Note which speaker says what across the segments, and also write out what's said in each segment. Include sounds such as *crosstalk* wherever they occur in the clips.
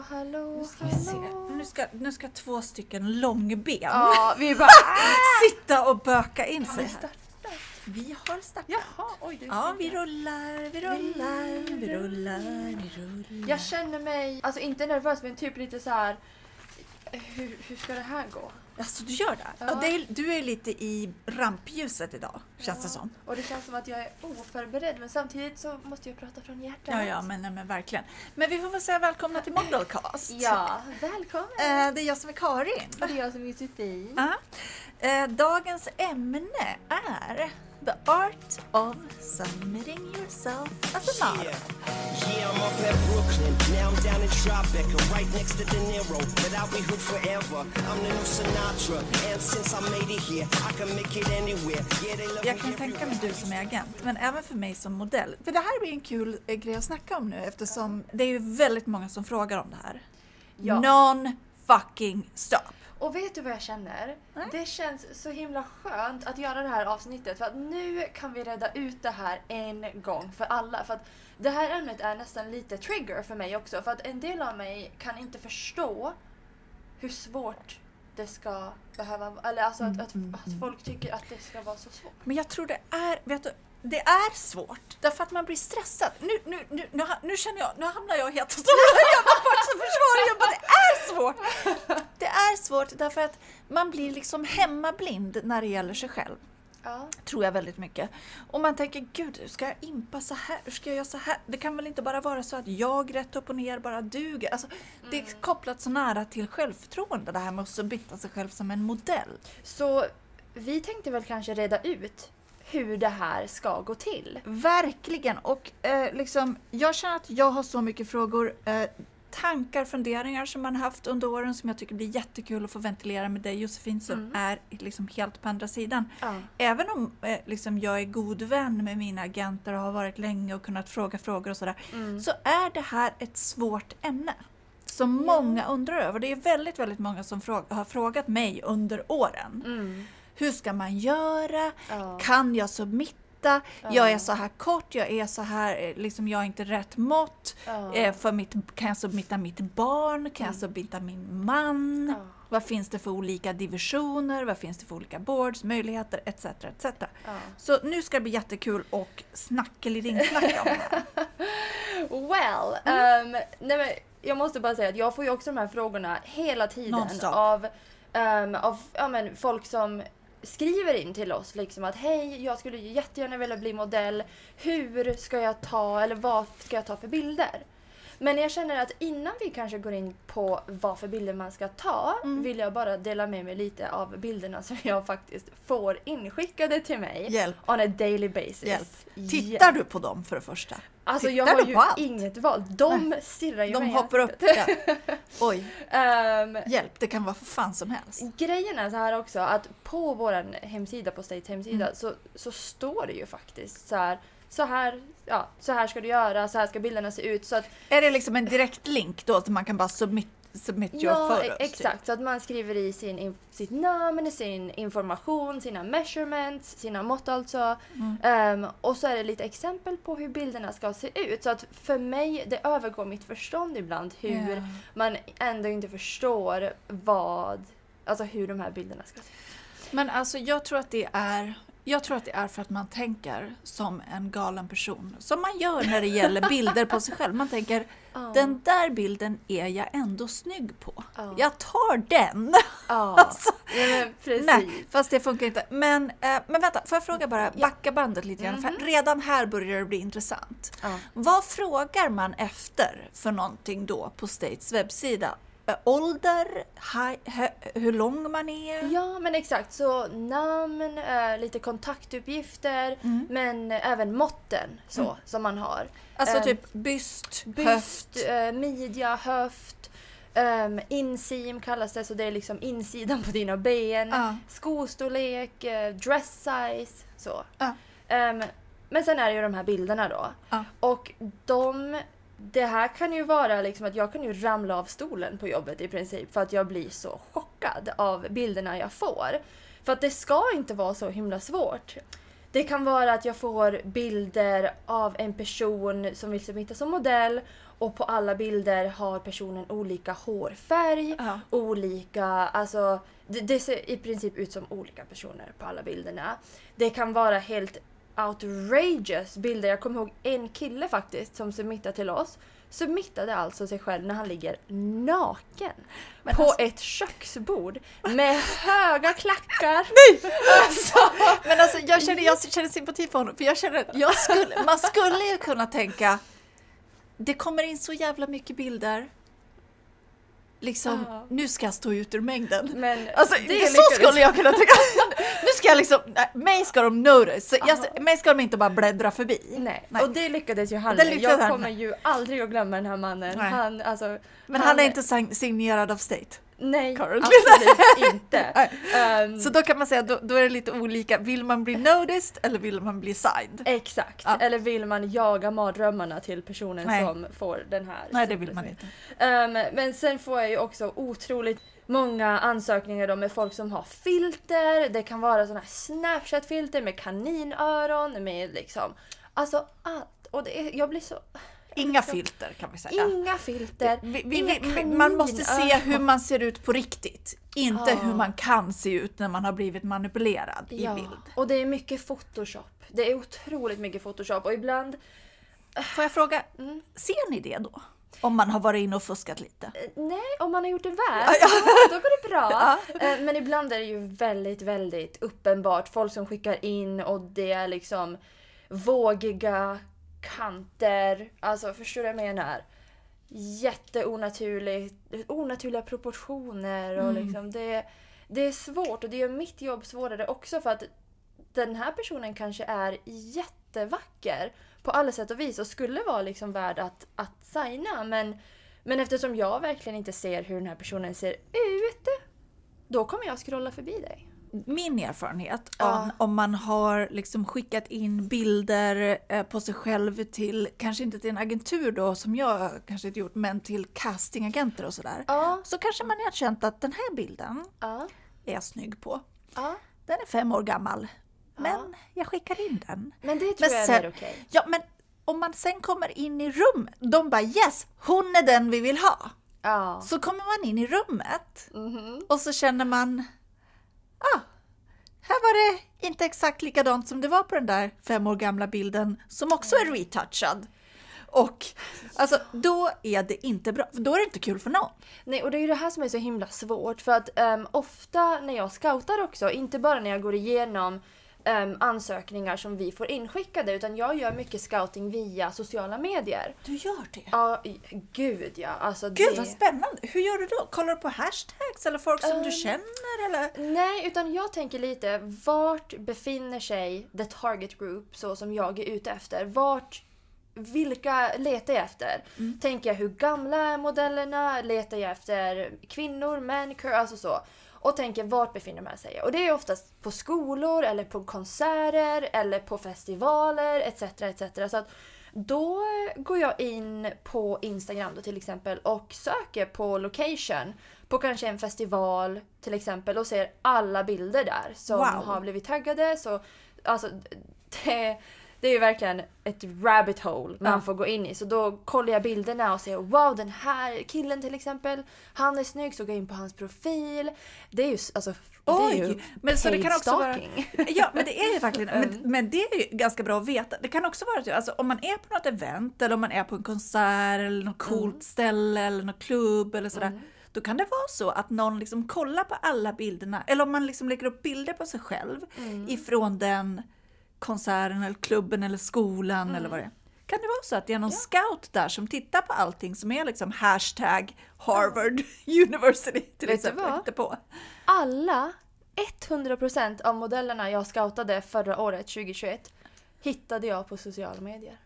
Speaker 1: hallå,
Speaker 2: Nu ska, vi se. Nu, ska, nu ska två stycken långben
Speaker 1: Ja, vi *laughs* bara...
Speaker 2: sitta och böka in sig här.
Speaker 1: starta?
Speaker 2: Vi har startat.
Speaker 1: Jaha, oj. Du
Speaker 2: Ja, vi rullar, vi rullar, vi rullar, vi rullar.
Speaker 1: Jag känner mig, alltså inte nervös men typ lite så här. Hur, hur ska det här gå?
Speaker 2: Alltså du gör det?
Speaker 1: Ja.
Speaker 2: Ja. det är, du är lite i rampljuset idag, känns det som.
Speaker 1: Och det känns som att jag är oförberedd men samtidigt så måste jag prata från hjärtat.
Speaker 2: Ja, ja, men, nej, men verkligen. Men vi får väl säga välkomna till Modelcast.
Speaker 1: Ja, välkommen!
Speaker 2: Eh, ah, det är jag som är Karin.
Speaker 1: Och det är jag som är Josefin.
Speaker 2: Ja. Eh, dagens ämne är The Art of Submitting Yourself as an
Speaker 3: Yeah.
Speaker 2: Art.
Speaker 3: Yeah, I'm up at Brooklyn. Now I'm down in Tribeca, right next to De Niro. But I'll be hood forever. I'm the new Sinatra. And since I made it here, I can make it anywhere. Yeah, they love
Speaker 2: Jag
Speaker 3: me
Speaker 2: kan tänka mig
Speaker 3: everywhere.
Speaker 2: du som är agent, men även för mig som modell. För det här blir en kul eh, grej att snacka om nu eftersom det är ju väldigt många som frågar om det här.
Speaker 1: Ja.
Speaker 2: Non fucking stop.
Speaker 1: Och vet du vad jag känner?
Speaker 2: Nej.
Speaker 1: Det känns så himla skönt att göra det här avsnittet för att nu kan vi reda ut det här en gång för alla. För att det här ämnet är nästan lite trigger för mig också för att en del av mig kan inte förstå hur svårt det ska behöva vara. Eller alltså att,
Speaker 2: Mm,
Speaker 1: att, att folk tycker att det ska vara så svårt.
Speaker 2: Men jag tror det är, vet du, det är svårt. Därför att man blir stressad. Nu, nu, nu, nu, ha- nu känner jag, nu hamnar jag helt och hållet och jobbar bort som försvarare. Jag bara, det är svårt. Det är svårt därför att man blir liksom hemmablind när det gäller sig själv.
Speaker 1: Ja.
Speaker 2: Tror jag väldigt mycket. Och man tänker, gud, hur ska jag impa så här? Hur ska jag göra så här? Det kan väl inte bara vara så att jag rätt upp och ner bara duger? Alltså, Det är kopplat så nära till självförtroende, det här med att submitta sig själv som en modell.
Speaker 1: Så vi tänkte väl kanske reda ut hur det här ska gå till.
Speaker 2: Verkligen! Och eh, liksom, jag känner att jag har så mycket frågor, eh, tankar, funderingar som man haft under åren som jag tycker blir jättekul att få ventilera med dig Josefin som är liksom helt på andra sidan.
Speaker 1: Ja.
Speaker 2: Även om eh, liksom, jag är god vän med mina agenter och har varit länge och kunnat fråga frågor och sådär, så är det här ett svårt ämne som många undrar över. Det är väldigt, väldigt många som frå- har frågat mig under åren. Hur ska man göra?
Speaker 1: Mm. Ja.
Speaker 2: Kan jag submitta? Jag är så här kort, jag är så här, eh, liksom jag har inte rätt mått.
Speaker 1: Ja. Mm.
Speaker 2: Eh, För mitt, kan jag submitta mitt barn? Kan jag submitta min man?
Speaker 1: Ja.
Speaker 2: Vad finns det för olika divisioner? Vad finns det för olika boards, möjligheter etc. etc. Så nu ska det bli jättekul och snackelidingsnacka om det
Speaker 1: *laughs*
Speaker 2: här.
Speaker 1: Well, ehm,
Speaker 2: Mm.
Speaker 1: nej men jag måste bara säga att jag får ju också de här frågorna hela tiden
Speaker 2: Nonstop.
Speaker 1: av, ehm, av ja, men, folk som skriver in till oss liksom att hej, jag skulle ju jättegärna vilja bli modell. Hur ska jag ta eller vad ska jag ta för bilder? Men jag känner att innan vi kanske går in på vad för bilder man ska ta
Speaker 2: Mm.
Speaker 1: vill jag bara dela med mig lite av bilderna *laughs* som jag faktiskt får inskickade till mig
Speaker 2: Hjälp.
Speaker 1: on a daily basis.
Speaker 2: Hjälp.
Speaker 1: Ja.
Speaker 2: Tittar du på dem för det första?
Speaker 1: Alltså
Speaker 2: Tittar
Speaker 1: jag har
Speaker 2: du
Speaker 1: ju
Speaker 2: på allt?
Speaker 1: inget val. De stirrar ju
Speaker 2: De
Speaker 1: mig i
Speaker 2: hoppar upp.
Speaker 1: ansiktet.
Speaker 2: Ja.
Speaker 1: *laughs*
Speaker 2: Oj,
Speaker 1: Ehm,
Speaker 2: hjälp, det kan vara för fan som helst.
Speaker 1: grejen är så här också att på vår hemsida, på States hemsida,
Speaker 2: Mm.
Speaker 1: så, så står det ju faktiskt så här så här, ja, så här ska du göra, så här ska bilderna se ut. Så att,
Speaker 2: Är det liksom en direktlänk då att man kan bara submit, submit your
Speaker 1: ja,
Speaker 2: photos? typ?
Speaker 1: exakt. Så att man skriver i sin, in- sitt namn, sin information, sina measurements, sina mått alltså.
Speaker 2: Mm.
Speaker 1: Ehm, och så är det lite exempel på hur bilderna ska se ut. Så att för mig, det övergår mitt förstånd ibland hur
Speaker 2: Ja.
Speaker 1: man ändå inte förstår vad, alltså hur de här bilderna ska se
Speaker 2: *laughs*
Speaker 1: ut.
Speaker 2: Men alltså jag tror att det är jag tror att det är för att man tänker som en galen person. Som man gör när
Speaker 1: *laughs*
Speaker 2: det gäller bilder på sig själv. Man tänker, den där bilden är jag ändå snygg på.
Speaker 1: Ja.
Speaker 2: Jag tar den! *laughs*
Speaker 1: Ja,
Speaker 2: Alltså,
Speaker 1: nej men precis.
Speaker 2: Nej, fast det funkar inte. Men, eh, men vänta, får jag fråga bara, backa bandet lite grann. För redan här börjar det bli intressant.
Speaker 1: Mhm. Ja.
Speaker 2: Vad frågar man efter för någonting då på States webbsida? Eh, Ålder, hi, hö, hur lång man är?
Speaker 1: Ja men exakt, så namn, eh, lite kontaktuppgifter
Speaker 2: Mm.
Speaker 1: men även måtten så, som man har.
Speaker 2: Alltså
Speaker 1: Ehm,
Speaker 2: typ byst, höft.
Speaker 1: Byst, eh, midja, höft, ehm, insim kallas det så det är liksom insidan på dina ben.
Speaker 2: Ja.
Speaker 1: Skostorlek, eh, dress size, så.
Speaker 2: Ja.
Speaker 1: Ehm, men sen är det ju de här bilderna då.
Speaker 2: Ja.
Speaker 1: Och de... Det här kan ju vara liksom att jag kan ju ramla av stolen på jobbet i princip för att jag blir så chockad av bilderna jag får. För att det ska inte vara så himla svårt. Det kan vara att jag får bilder av en person som vill submitta som modell Och på alla bilder har personen olika hårfärg,
Speaker 2: Ja.
Speaker 1: olika... Alltså, det, det ser i princip ut som olika personer på alla bilderna. Det kan vara helt outrageous bilder. Jag kommer ihåg en kille faktiskt som submittade till oss. Submittade alltså sig själv när han ligger naken
Speaker 2: Men
Speaker 1: på
Speaker 2: alltså-
Speaker 1: ett köksbord med höga
Speaker 2: *laughs*
Speaker 1: klackar.
Speaker 2: Men alltså jag känner, jag känner sympati för honom för jag känner att jag skulle, man skulle ju kunna tänka det kommer in så jävla mycket bilder. Liksom,
Speaker 1: Ja.
Speaker 2: nu ska jag stå ut ur mängden.
Speaker 1: Men
Speaker 2: Alltså,
Speaker 1: det
Speaker 2: det
Speaker 1: lyckades
Speaker 2: så skulle jag kunna tänka. nu ska jag liksom, nej, mig ska de notice.
Speaker 1: Ja.
Speaker 2: Jag, mig ska de inte bara bläddra förbi.
Speaker 1: Nej.
Speaker 2: Nej.
Speaker 1: och det lyckades ju han
Speaker 2: Det
Speaker 1: med.
Speaker 2: lyckades
Speaker 1: Jag
Speaker 2: han
Speaker 1: kommer
Speaker 2: med.
Speaker 1: ju aldrig att glömma den här mannen.
Speaker 2: Nej.
Speaker 1: Han, alltså,
Speaker 2: Men han, är inte sign- signerad av State.
Speaker 1: Nej,
Speaker 2: currently. *laughs*
Speaker 1: absolut inte. Ehm,
Speaker 2: Så då kan man säga att då, då är det lite olika. Vill man bli noticed eller vill man bli signed?
Speaker 1: Exakt.
Speaker 2: Ja.
Speaker 1: Eller vill man jaga mardrömmarna till personen
Speaker 2: Nej.
Speaker 1: som får den här?
Speaker 2: Nej, det vill man inte.
Speaker 1: Ehm, men sen får jag ju också otroligt många ansökningar då med folk som har filter. Det kan vara sådana här Snapchat-filter med kaninöron, med liksom... Alltså allt. Och det är, jag blir så...
Speaker 2: Inga filter kan vi säga.
Speaker 1: Inga filter,
Speaker 2: Vi, vi,
Speaker 1: inga
Speaker 2: vi, man måste se
Speaker 1: kaninöron.
Speaker 2: hur man ser ut på riktigt. Inte
Speaker 1: Ja.
Speaker 2: hur man kan se ut när man har blivit manipulerad i bild.
Speaker 1: Och det är mycket Photoshop. Det är otroligt mycket Photoshop och ibland...
Speaker 2: Får jag fråga,
Speaker 1: Mm.
Speaker 2: ser ni det då? Om man har varit inne och fuskat lite?
Speaker 1: eh, Nej, om man har gjort det väl, *laughs* då går det bra. Eh, Men ibland är det ju väldigt, väldigt uppenbart. Folk som skickar in och det är liksom vågiga kanter. Alltså, förstår du vad jag menar? Jätteonaturligt. Onaturliga proportioner och liksom det... Det är svårt och det gör mitt jobb svårare också för att den här personen kanske är jättevacker på alla sätt och vis och skulle vara liksom värd att, att signa. Men, men eftersom jag verkligen inte ser hur den här personen ser ut, då kommer jag scrolla förbi dig.
Speaker 2: Min erfarenhet
Speaker 1: Ja.
Speaker 2: om, om man har liksom skickat in bilder eh, på sig själv till, kanske inte till en agentur då som jag kanske inte gjort, men till castingagenter och sådär.
Speaker 1: Ja,
Speaker 2: Så kanske man har känt att den här bilden
Speaker 1: ja,
Speaker 2: är jag snygg på.
Speaker 1: ja.
Speaker 2: Den är fem år gammal. Men jag skickar in den.
Speaker 1: Men det tror
Speaker 2: Men
Speaker 1: jag är
Speaker 2: sen-
Speaker 1: mer okej.
Speaker 2: Ja, men om man sen kommer in i rummet, de bara yes, hon är den vi vill ha.
Speaker 1: Ja.
Speaker 2: Så kommer man in i rummet
Speaker 1: Mhm.
Speaker 2: och så känner man, ah, här var det inte exakt likadant som det var på den där fem år gamla bilden som också
Speaker 1: Mm.
Speaker 2: är retouchad. Och alltså, då är det inte bra, för då är det inte kul för någon.
Speaker 1: Nej, och det är ju det här som är så himla svårt för att ehm, ofta när jag scoutar också, inte bara när jag går igenom ehm, ansökningar som vi får inskickade utan jag gör mycket scouting via sociala medier.
Speaker 2: Du gör det?
Speaker 1: Ja, i- gud ja. Alltså
Speaker 2: Gud
Speaker 1: det...
Speaker 2: vad spännande! Hur gör du då? Kollar du på hashtags eller folk som du
Speaker 1: Ehm,
Speaker 2: känner? Eller?
Speaker 1: Nej, utan jag tänker lite vart befinner sig the target group så som jag är ute efter? Vart, vilka letar jag efter?
Speaker 2: Mm.
Speaker 1: Tänker jag hur gamla är modellerna? Letar jag efter kvinnor, män, cur- alltså så? Och tänker vart befinner man sig? Och det är oftast på skolor eller på konserter eller på festivaler etc. etc. Så att då går jag in på Instagram då till exempel och söker på location på kanske en festival till exempel och ser alla bilder där som
Speaker 2: Wow.
Speaker 1: har blivit taggade. Så, alltså, det, det är ju verkligen ett rabbit hole man
Speaker 2: Ja.
Speaker 1: får gå in i. Så då kollar jag bilderna och ser wow den här killen till exempel, han är snygg så går jag in på hans profil. Det är ju s- alltså
Speaker 2: Oj!
Speaker 1: det är ju
Speaker 2: men så det
Speaker 1: paid
Speaker 2: kan också vara,
Speaker 1: stalking.
Speaker 2: ja, men det är ju verkligen, men,
Speaker 1: Mm.
Speaker 2: men det är ju ganska bra att veta. Det kan också vara att alltså, om man är på något event eller om man är på en konsert eller något coolt
Speaker 1: Mm.
Speaker 2: ställe eller någon klubb eller sådär. Då kan det vara så att någon liksom kollar på alla bilderna eller om man liksom lägger upp bilder på sig själv
Speaker 1: Mm.
Speaker 2: ifrån den konserten eller klubben eller skolan
Speaker 1: Mm.
Speaker 2: eller vad det är. Kan det vara så att det är någon scout där som tittar på allting som är liksom hashtag Harvard *laughs* University
Speaker 1: Vet
Speaker 2: till
Speaker 1: du
Speaker 2: exempel?
Speaker 1: vad?
Speaker 2: Inte på.
Speaker 1: Alla 100% av modellerna jag scoutade förra året 2021 hittade jag på sociala medier.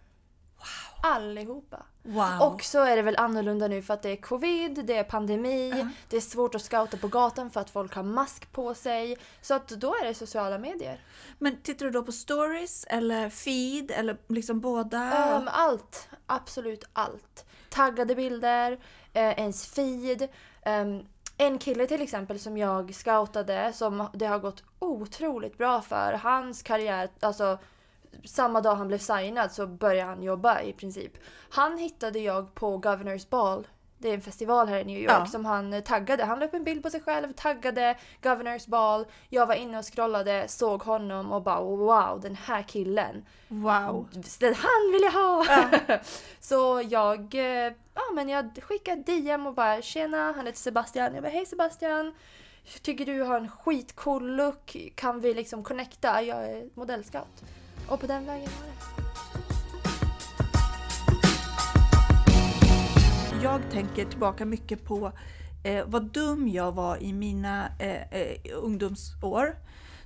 Speaker 1: Allihopa.
Speaker 2: Wow!
Speaker 1: Och så är det väl annorlunda nu för att det är covid, det är pandemi, det är svårt att scouta på gatan för att folk har mask på sig. Så att då är det sociala medier.
Speaker 2: Men tittar du då på stories eller feed eller liksom båda?
Speaker 1: Ehm, allt, absolut allt. Taggade bilder, eh, ens feed. Ehm, en kille till exempel som jag scoutade som det har gått otroligt bra för. Hans karriär, alltså samma dag han blev signad så började han jobba i princip. Han hittade jag på Governors Ball. Det är en festival här i New York
Speaker 2: Ja.
Speaker 1: som han eh, taggade. Han la upp en bild på sig själv, taggade Governors Ball. Jag var inne och scrollade, såg honom och bara wow, den här killen.
Speaker 2: Wow.
Speaker 1: Den han vill jag ha! *laughs* så jag, eh, ja, men jag skickade DM och bara “tjena, han heter Sebastian”. Jag bara “hej Sebastian, tycker du har en skitcool look, kan vi liksom connecta? Jag är modellscout”. Och på den vägen var det.
Speaker 2: Jag tänker tillbaka mycket på eh, vad dum jag var i mina eh, eh, ungdomsår.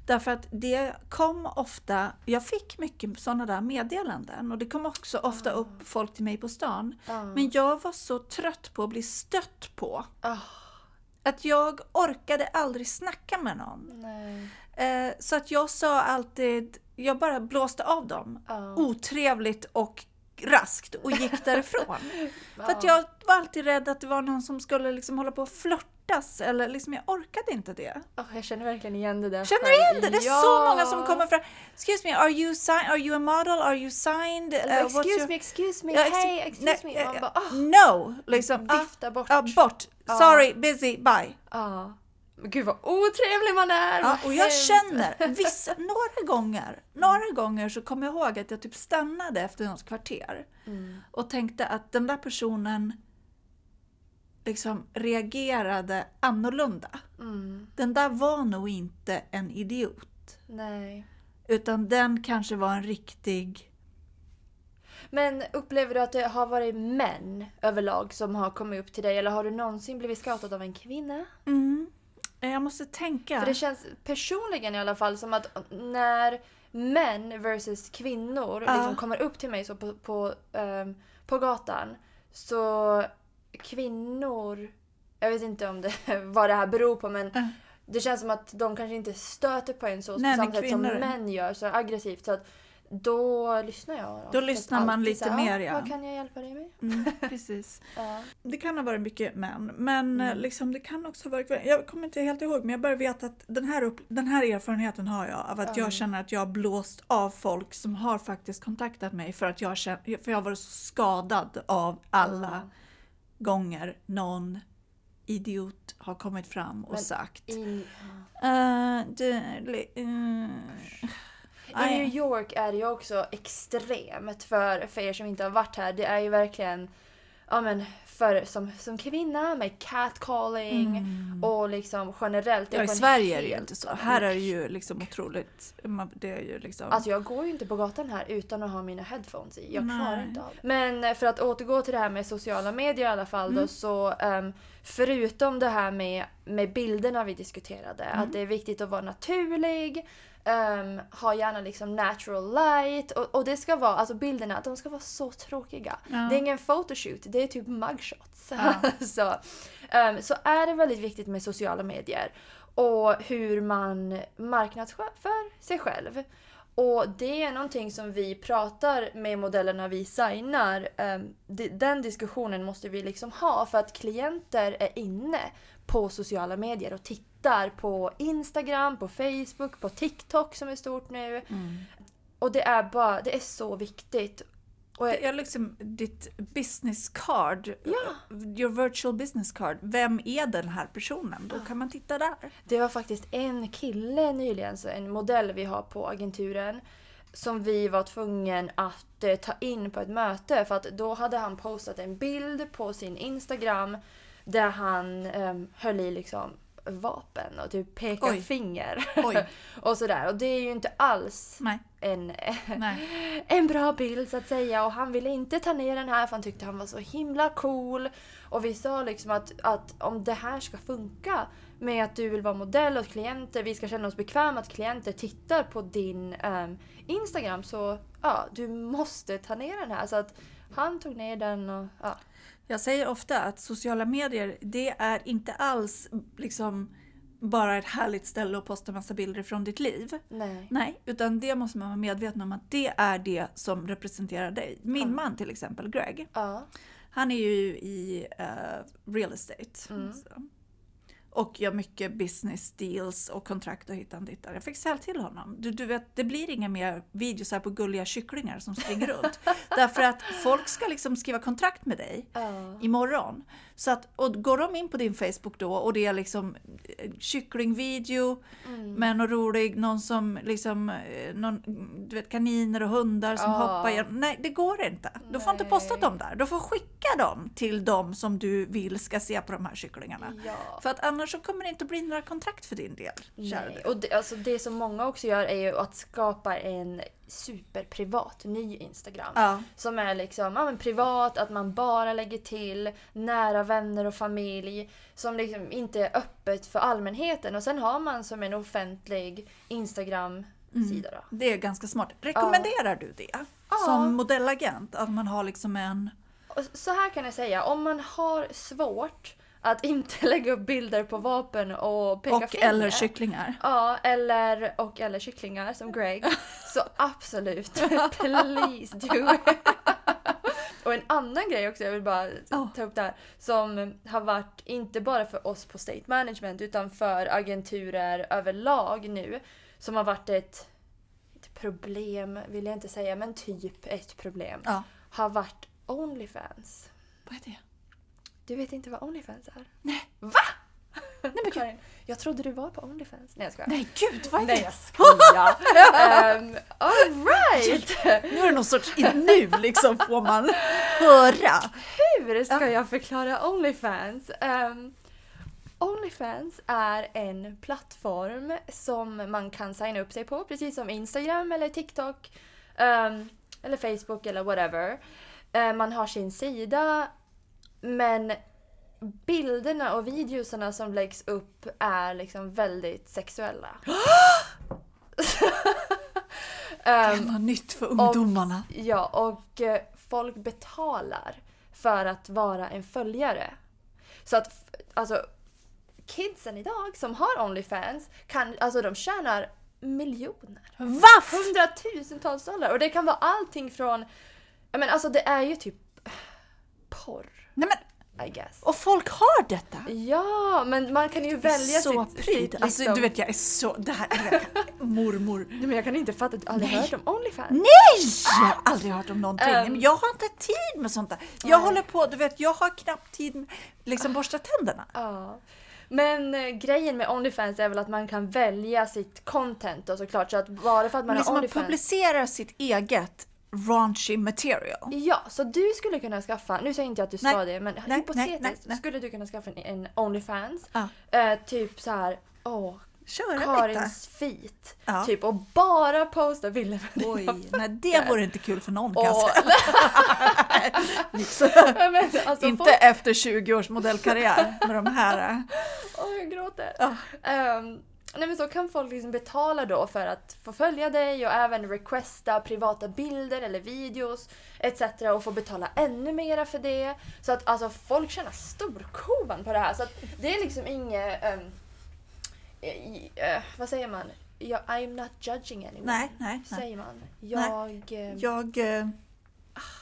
Speaker 2: Därför att det kom ofta, jag fick mycket sådana där meddelanden och det kom också ofta upp folk till mig på stan.
Speaker 1: Ja.
Speaker 2: Men jag var så trött på att bli stött på.
Speaker 1: Ah.
Speaker 2: Att jag orkade aldrig snacka med någon.
Speaker 1: Nej.
Speaker 2: Eh, så att jag sa alltid, jag bara blåste av dem.
Speaker 1: Ja.
Speaker 2: Otrevligt och raskt och gick därifrån.
Speaker 1: *laughs* Ja.
Speaker 2: För att jag var alltid rädd att det var någon som skulle liksom hålla på och flörtas eller liksom jag orkade inte det.
Speaker 1: Åh, Ah, jag känner verkligen igen det där
Speaker 2: Känner
Speaker 1: själv.
Speaker 2: du igen det? Det är så många som kommer fram. Excuse me, are you, sign- are you a model? Are you signed?
Speaker 1: Eller,
Speaker 2: Eh, what's
Speaker 1: excuse
Speaker 2: your-"
Speaker 1: me, excuse me,
Speaker 2: Ja, ex-
Speaker 1: hej, excuse
Speaker 2: nej,
Speaker 1: me. Man
Speaker 2: eh,
Speaker 1: bara ah,
Speaker 2: No! Liksom, ah,
Speaker 1: vifta bort. Ah.
Speaker 2: ah, bort.
Speaker 1: Ja.
Speaker 2: Sorry, busy, bye.
Speaker 1: Ja. Men Gud vad otrevlig man är!
Speaker 2: Ja,
Speaker 1: vad
Speaker 2: och jag
Speaker 1: hemskt.
Speaker 2: känner, vissa, några gånger, några gånger så kom jag ihåg att jag typ stannade efter något kvarter
Speaker 1: Mm.
Speaker 2: och tänkte att den där personen liksom reagerade annorlunda.
Speaker 1: Mm,
Speaker 2: Den där var nog inte en idiot,
Speaker 1: nej.
Speaker 2: utan den kanske var en riktig...
Speaker 1: Men upplever du att det har varit män överlag som har kommit upp till dig eller har du någonsin blivit scoutad av en kvinna?
Speaker 2: Mm, jag måste tänka.
Speaker 1: För det känns personligen i alla fall som att eh, när män versus kvinnor
Speaker 2: Ja.
Speaker 1: liksom kommer upp till mig så på, på, ehm, på gatan så kvinnor, jag vet inte om det, *laughs* vad det här beror på men
Speaker 2: Ja.
Speaker 1: det känns som att de kanske inte stöter på en så
Speaker 2: Nej,
Speaker 1: på
Speaker 2: men
Speaker 1: samma sätt som
Speaker 2: kvinnor-
Speaker 1: män gör så aggressivt. Så att då lyssnar jag. oftast
Speaker 2: lyssnar man
Speaker 1: alltid
Speaker 2: lite
Speaker 1: så här, "Ah,
Speaker 2: mer, ja.
Speaker 1: Vad kan jag hjälpa dig med?
Speaker 2: Mm, precis.
Speaker 1: Ja.
Speaker 2: Det kan ha varit mycket män, men
Speaker 1: Mm.
Speaker 2: eh, liksom, det kan också ha varit... Jag kommer inte helt ihåg, men jag bara vet att den här, upp, den här erfarenheten har jag av att
Speaker 1: Ja.
Speaker 2: jag känner att jag har blåst av folk som har faktiskt kontaktat mig för att jag, känner, för jag har varit så skadad av alla gånger någon idiot har kommit fram och
Speaker 1: Men
Speaker 2: sagt
Speaker 1: I,
Speaker 2: "Eh, du, li- eh."
Speaker 1: I
Speaker 2: Aj.
Speaker 1: New York är det ju också extremt för, för er som inte har varit här. Det är ju verkligen ja men, för, som, som kvinna med catcalling och liksom generellt.
Speaker 2: Mm. Ja, i
Speaker 1: på en
Speaker 2: Sverige är det ju
Speaker 1: helt
Speaker 2: inte så. Här är det ju liksom otroligt... man- Det är ju liksom...
Speaker 1: Alltså jag går ju inte på gatan här utan att ha mina headphones i. Jag klarar
Speaker 2: Nej.
Speaker 1: inte av det. Men eh, för att återgå till det här med sociala medier i alla fall då så ehm, förutom det här med, med bilderna vi diskuterade att det är viktigt att vara naturlig ehm, ha gärna liksom natural light och, och det ska vara, alltså bilderna, de ska vara så tråkiga. Det är ingen photoshoot, det är typ mugshots. *laughs* så, ehm, så är det väldigt viktigt med sociala medier och hur man marknadsför sig själv. Och det är någonting som vi pratar med modellerna vi signar. Ehm, de- Den diskussionen måste vi liksom ha för att klienter är inne på sociala medier och tittar på Instagram, på Facebook, på TikTok som är stort nu. Och det är bara, det är så viktigt. Och jag,
Speaker 2: Det är liksom ditt business card, eh, your virtual business card. Vem är den här personen? Då kan man titta där.
Speaker 1: Det var faktiskt en kille nyligen, så en modell vi har på agenturen, som vi var tvungen att eh, ta in på ett möte för att då hade han postat en bild på sin Instagram där han eh, höll i liksom vapen och typ pekar
Speaker 2: Oj.
Speaker 1: finger.
Speaker 2: Oj.
Speaker 1: *laughs* och sådär. Och det är ju inte alls
Speaker 2: Nej,
Speaker 1: en,
Speaker 2: nej.
Speaker 1: *laughs* en bra bild så att säga och han ville inte ta ner den här för han tyckte han var så himla cool. Och vi sa liksom att, att om det här ska funka med att du vill vara modell åt klienter, vi ska känna oss bekväma att klienter tittar på din ehm, Instagram så ja, du måste ta ner den här. Så att han tog ner den och ja.
Speaker 2: Jag säger ofta att sociala medier, det är inte alls liksom bara ett härligt ställe att posta massa bilder från ditt liv.
Speaker 1: Nej.
Speaker 2: Nej, utan det måste man vara medveten om att det är det som representerar dig. Min man till exempel, Greg,
Speaker 1: Ja.
Speaker 2: han är ju i eh, real estate. Så. Och gör mycket business deals och kontrakt och hittan dittan. Jag fick sälja till honom. Du, du vet, det blir inga mer videos här på gulliga kycklingar som springer runt. Därför att folk ska liksom skriva kontrakt med dig
Speaker 1: Ja.
Speaker 2: imorgon. Så att, och går de in på din Facebook då och det är liksom eh, kycklingvideo
Speaker 1: Mm.
Speaker 2: med någon rolig, någon som liksom, eh, någon, du vet kaniner och hundar som
Speaker 1: Ja.
Speaker 2: hoppar igenom. Nej, det går inte. Du får inte posta
Speaker 1: Nej.
Speaker 2: dem där. Du får skicka dem till dem som du vill ska se på de här kycklingarna.
Speaker 1: Ja.
Speaker 2: För att annars så kommer det inte bli några kontrakt för din del. kära
Speaker 1: Nej.
Speaker 2: du.
Speaker 1: Och det, alltså det som många också gör är ju att skapa en superprivat ny Instagram.
Speaker 2: Ja.
Speaker 1: Som är liksom ja, men privat, att man bara lägger till nära vänner och familj. Som liksom inte är öppet för allmänheten. Och sen har man som en offentlig Instagram-sida då.
Speaker 2: Det är ganska smart. Rekommenderar du det? Som modellagent? Att man har liksom en...
Speaker 1: Och så här kan jag säga, om man har svårt att inte *laughs* lägga upp bilder på vapen och peka
Speaker 2: Och
Speaker 1: finger.
Speaker 2: eller kycklingar.
Speaker 1: Ja, eller och eller kycklingar som
Speaker 2: *laughs*
Speaker 1: Greg. Så absolut, please do. *laughs* och en annan grej också, jag vill bara
Speaker 2: Ja.
Speaker 1: ta upp det här. Som har varit, inte bara för oss på State Management, utan för agenturer överlag nu. Som har varit ett, ett problem, vill jag inte säga, men typ ett problem.
Speaker 2: Ja.
Speaker 1: Har varit Onlyfans.
Speaker 2: Vad är det?
Speaker 1: Du vet inte vad Onlyfans är?
Speaker 2: Nej.
Speaker 1: Va? *laughs*
Speaker 2: Nej, men gud.
Speaker 1: Karin, jag trodde du var på Onlyfans. Nej jag skojar.
Speaker 2: Nej gud, vad är
Speaker 1: Nej,
Speaker 2: det?
Speaker 1: jag skojar. um, Alright!
Speaker 2: Nu är det någon sorts, nu liksom får
Speaker 1: *laughs*
Speaker 2: man höra.
Speaker 1: Hur ska jag förklara Onlyfans? Ehm, Onlyfans är en plattform som man kan signa upp sig på, precis som Instagram eller TikTok ehm, eller Facebook eller whatever. Eh, man har sin sida, men bilderna och videoserna som läggs upp är liksom väldigt sexuella. Ehm,
Speaker 2: Det var nytt för ungdomarna.
Speaker 1: Ja, och eh, folk betalar för att vara en följare. Så att f- alltså, kidsen idag som har Onlyfans, kan, alltså de tjänar miljoner.
Speaker 2: Vaff!
Speaker 1: Hundratusentals dollar. Och det kan vara allting från... Jag menar, alltså det är ju typ porr,
Speaker 2: Nej men,
Speaker 1: I guess.
Speaker 2: och folk har detta.
Speaker 1: Ja, men man kan ju välja
Speaker 2: så
Speaker 1: sitt... liksom.
Speaker 2: pryd.
Speaker 1: sitt
Speaker 2: Alltså du vet jag är så, det här är mormor.
Speaker 1: Nej, men jag kan inte fatta att du aldrig
Speaker 2: Nej.
Speaker 1: hört om Onlyfans.
Speaker 2: Nej! Jag har aldrig hört om någonting.
Speaker 1: Ehm.
Speaker 2: Nej, men jag har inte tid med sånt där. Jag håller på, du vet jag har knappt tid med liksom borsta tänderna.
Speaker 1: Ja. Men eh, grejen med Onlyfans är väl att man kan välja sitt content då såklart. Så att bara för att man
Speaker 2: Men liksom
Speaker 1: har
Speaker 2: man
Speaker 1: Onlyfans...
Speaker 2: publicerar sitt eget raunchy material.
Speaker 1: Ja, så du skulle kunna skaffa, nu säger inte jag att du ska
Speaker 2: Nej.
Speaker 1: det, men
Speaker 2: nej,
Speaker 1: hypotetiskt
Speaker 2: nej, nej.
Speaker 1: skulle du kunna skaffa en, en Onlyfans.
Speaker 2: Ja.
Speaker 1: Eh, typ så här, åh,
Speaker 2: Köra lite.
Speaker 1: Karins feet.
Speaker 2: Ja.
Speaker 1: Typ och bara posta bilder med
Speaker 2: Oj,
Speaker 1: dina
Speaker 2: *laughs* nej det vore inte kul för någon kan jag
Speaker 1: och,
Speaker 2: säga. Liksom.
Speaker 1: *laughs* men, alltså,
Speaker 2: Inte
Speaker 1: folk-
Speaker 2: efter 20 års modellkarriär med de här. eh.
Speaker 1: Åh, jag gråter.
Speaker 2: Ja.
Speaker 1: Ehm, nej men så kan folk liksom betala då för att få följa dig och även requesta privata bilder eller videos etc. och få betala ännu mera för det. Så att alltså folk tjänar storkovan på det här. Så att det är liksom inget... ehm, i- i- eh, vad säger man? Jag, I'm not judging anyone.
Speaker 2: Nej, nej, nej.
Speaker 1: Säger man. Jag... ehm,
Speaker 2: Jag... eh,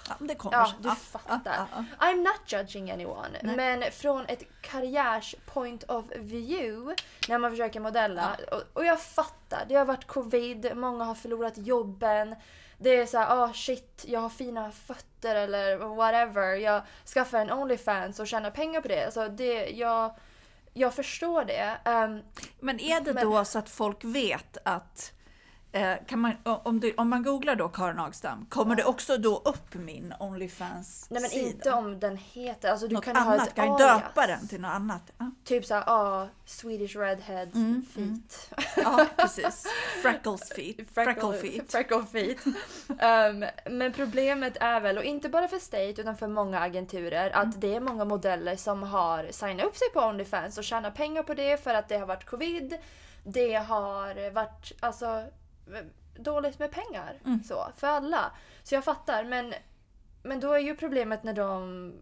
Speaker 2: Ja, men det kommer.
Speaker 1: Ja,
Speaker 2: sig.
Speaker 1: du fattar.
Speaker 2: ja, ja.
Speaker 1: I'm not judging anyone.
Speaker 2: Nej.
Speaker 1: Men från ett karriärs-point of view när man försöker modella. Och, och jag fattar, det har varit covid, många har förlorat jobben. Det är såhär, ah shit, jag har fina fötter eller whatever. Jag skaffar en Onlyfans och tjänar pengar på det. Alltså det, jag, jag förstår det. Ehm,
Speaker 2: Men är det
Speaker 1: Men-
Speaker 2: då så att folk vet att... eh, Kan man, o- om, du, om man googlar då Karin Agstam, kommer det också då upp min Onlyfans-sida?
Speaker 1: nej men inte om den heter, alltså du
Speaker 2: Något
Speaker 1: kan ha
Speaker 2: annat,
Speaker 1: ett
Speaker 2: kan jag
Speaker 1: alias.
Speaker 2: döpa den till något annat? Ja,
Speaker 1: Typ såhär, ah, Swedish redheads
Speaker 2: Mm,
Speaker 1: feet.
Speaker 2: mm. ja precis. Freckles
Speaker 1: *laughs*
Speaker 2: feet. Freckle feet.
Speaker 1: Freckle feet.
Speaker 2: *laughs*
Speaker 1: Ehm, men problemet är väl, och inte bara för State utan för många agenturer,
Speaker 2: Mm.
Speaker 1: att det är många modeller som har signat upp sig på Onlyfans och tjänar pengar på det för att det har varit covid. Det har varit alltså, dåligt med pengar
Speaker 2: Mm.
Speaker 1: så, för alla. Så jag fattar, men, men då är ju problemet när de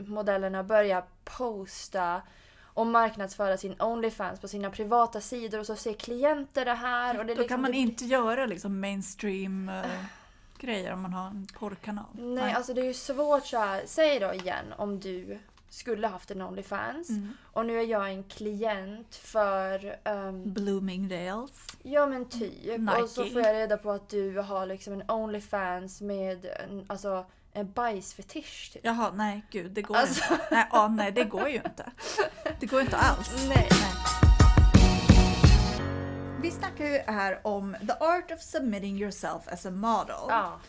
Speaker 1: modellerna börjar posta och marknadsföra sin Onlyfans på sina privata sidor och så ser klienter det här. Och det är
Speaker 2: Då kan
Speaker 1: liksom-
Speaker 2: man
Speaker 1: det-
Speaker 2: inte göra liksom mainstream eh, grejer om man har en porrkanal.
Speaker 1: Nej, alltså det är ju svårt så här. Säg då igen om du skulle haft en Onlyfans.
Speaker 2: Mm.
Speaker 1: Och nu är jag en klient för ehm,
Speaker 2: Bloomingdales.
Speaker 1: Ja men typ.
Speaker 2: Mm. Nike.
Speaker 1: Och så får jag reda på att du har liksom en Onlyfans med en, alltså, en bajsfetisch typ.
Speaker 2: Jaha, nej gud det går
Speaker 1: Alltså.
Speaker 2: inte. Nej, ja, nej, det går ju inte. Det går inte
Speaker 1: *laughs*
Speaker 2: alls.
Speaker 1: Nej.
Speaker 2: Vi snackar ju här om the art of submitting yourself as a model.
Speaker 1: Ja.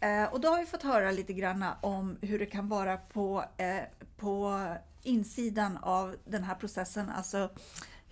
Speaker 2: Eh, och då har vi fått höra lite granna om hur det kan vara på, eh, på insidan av den här processen, alltså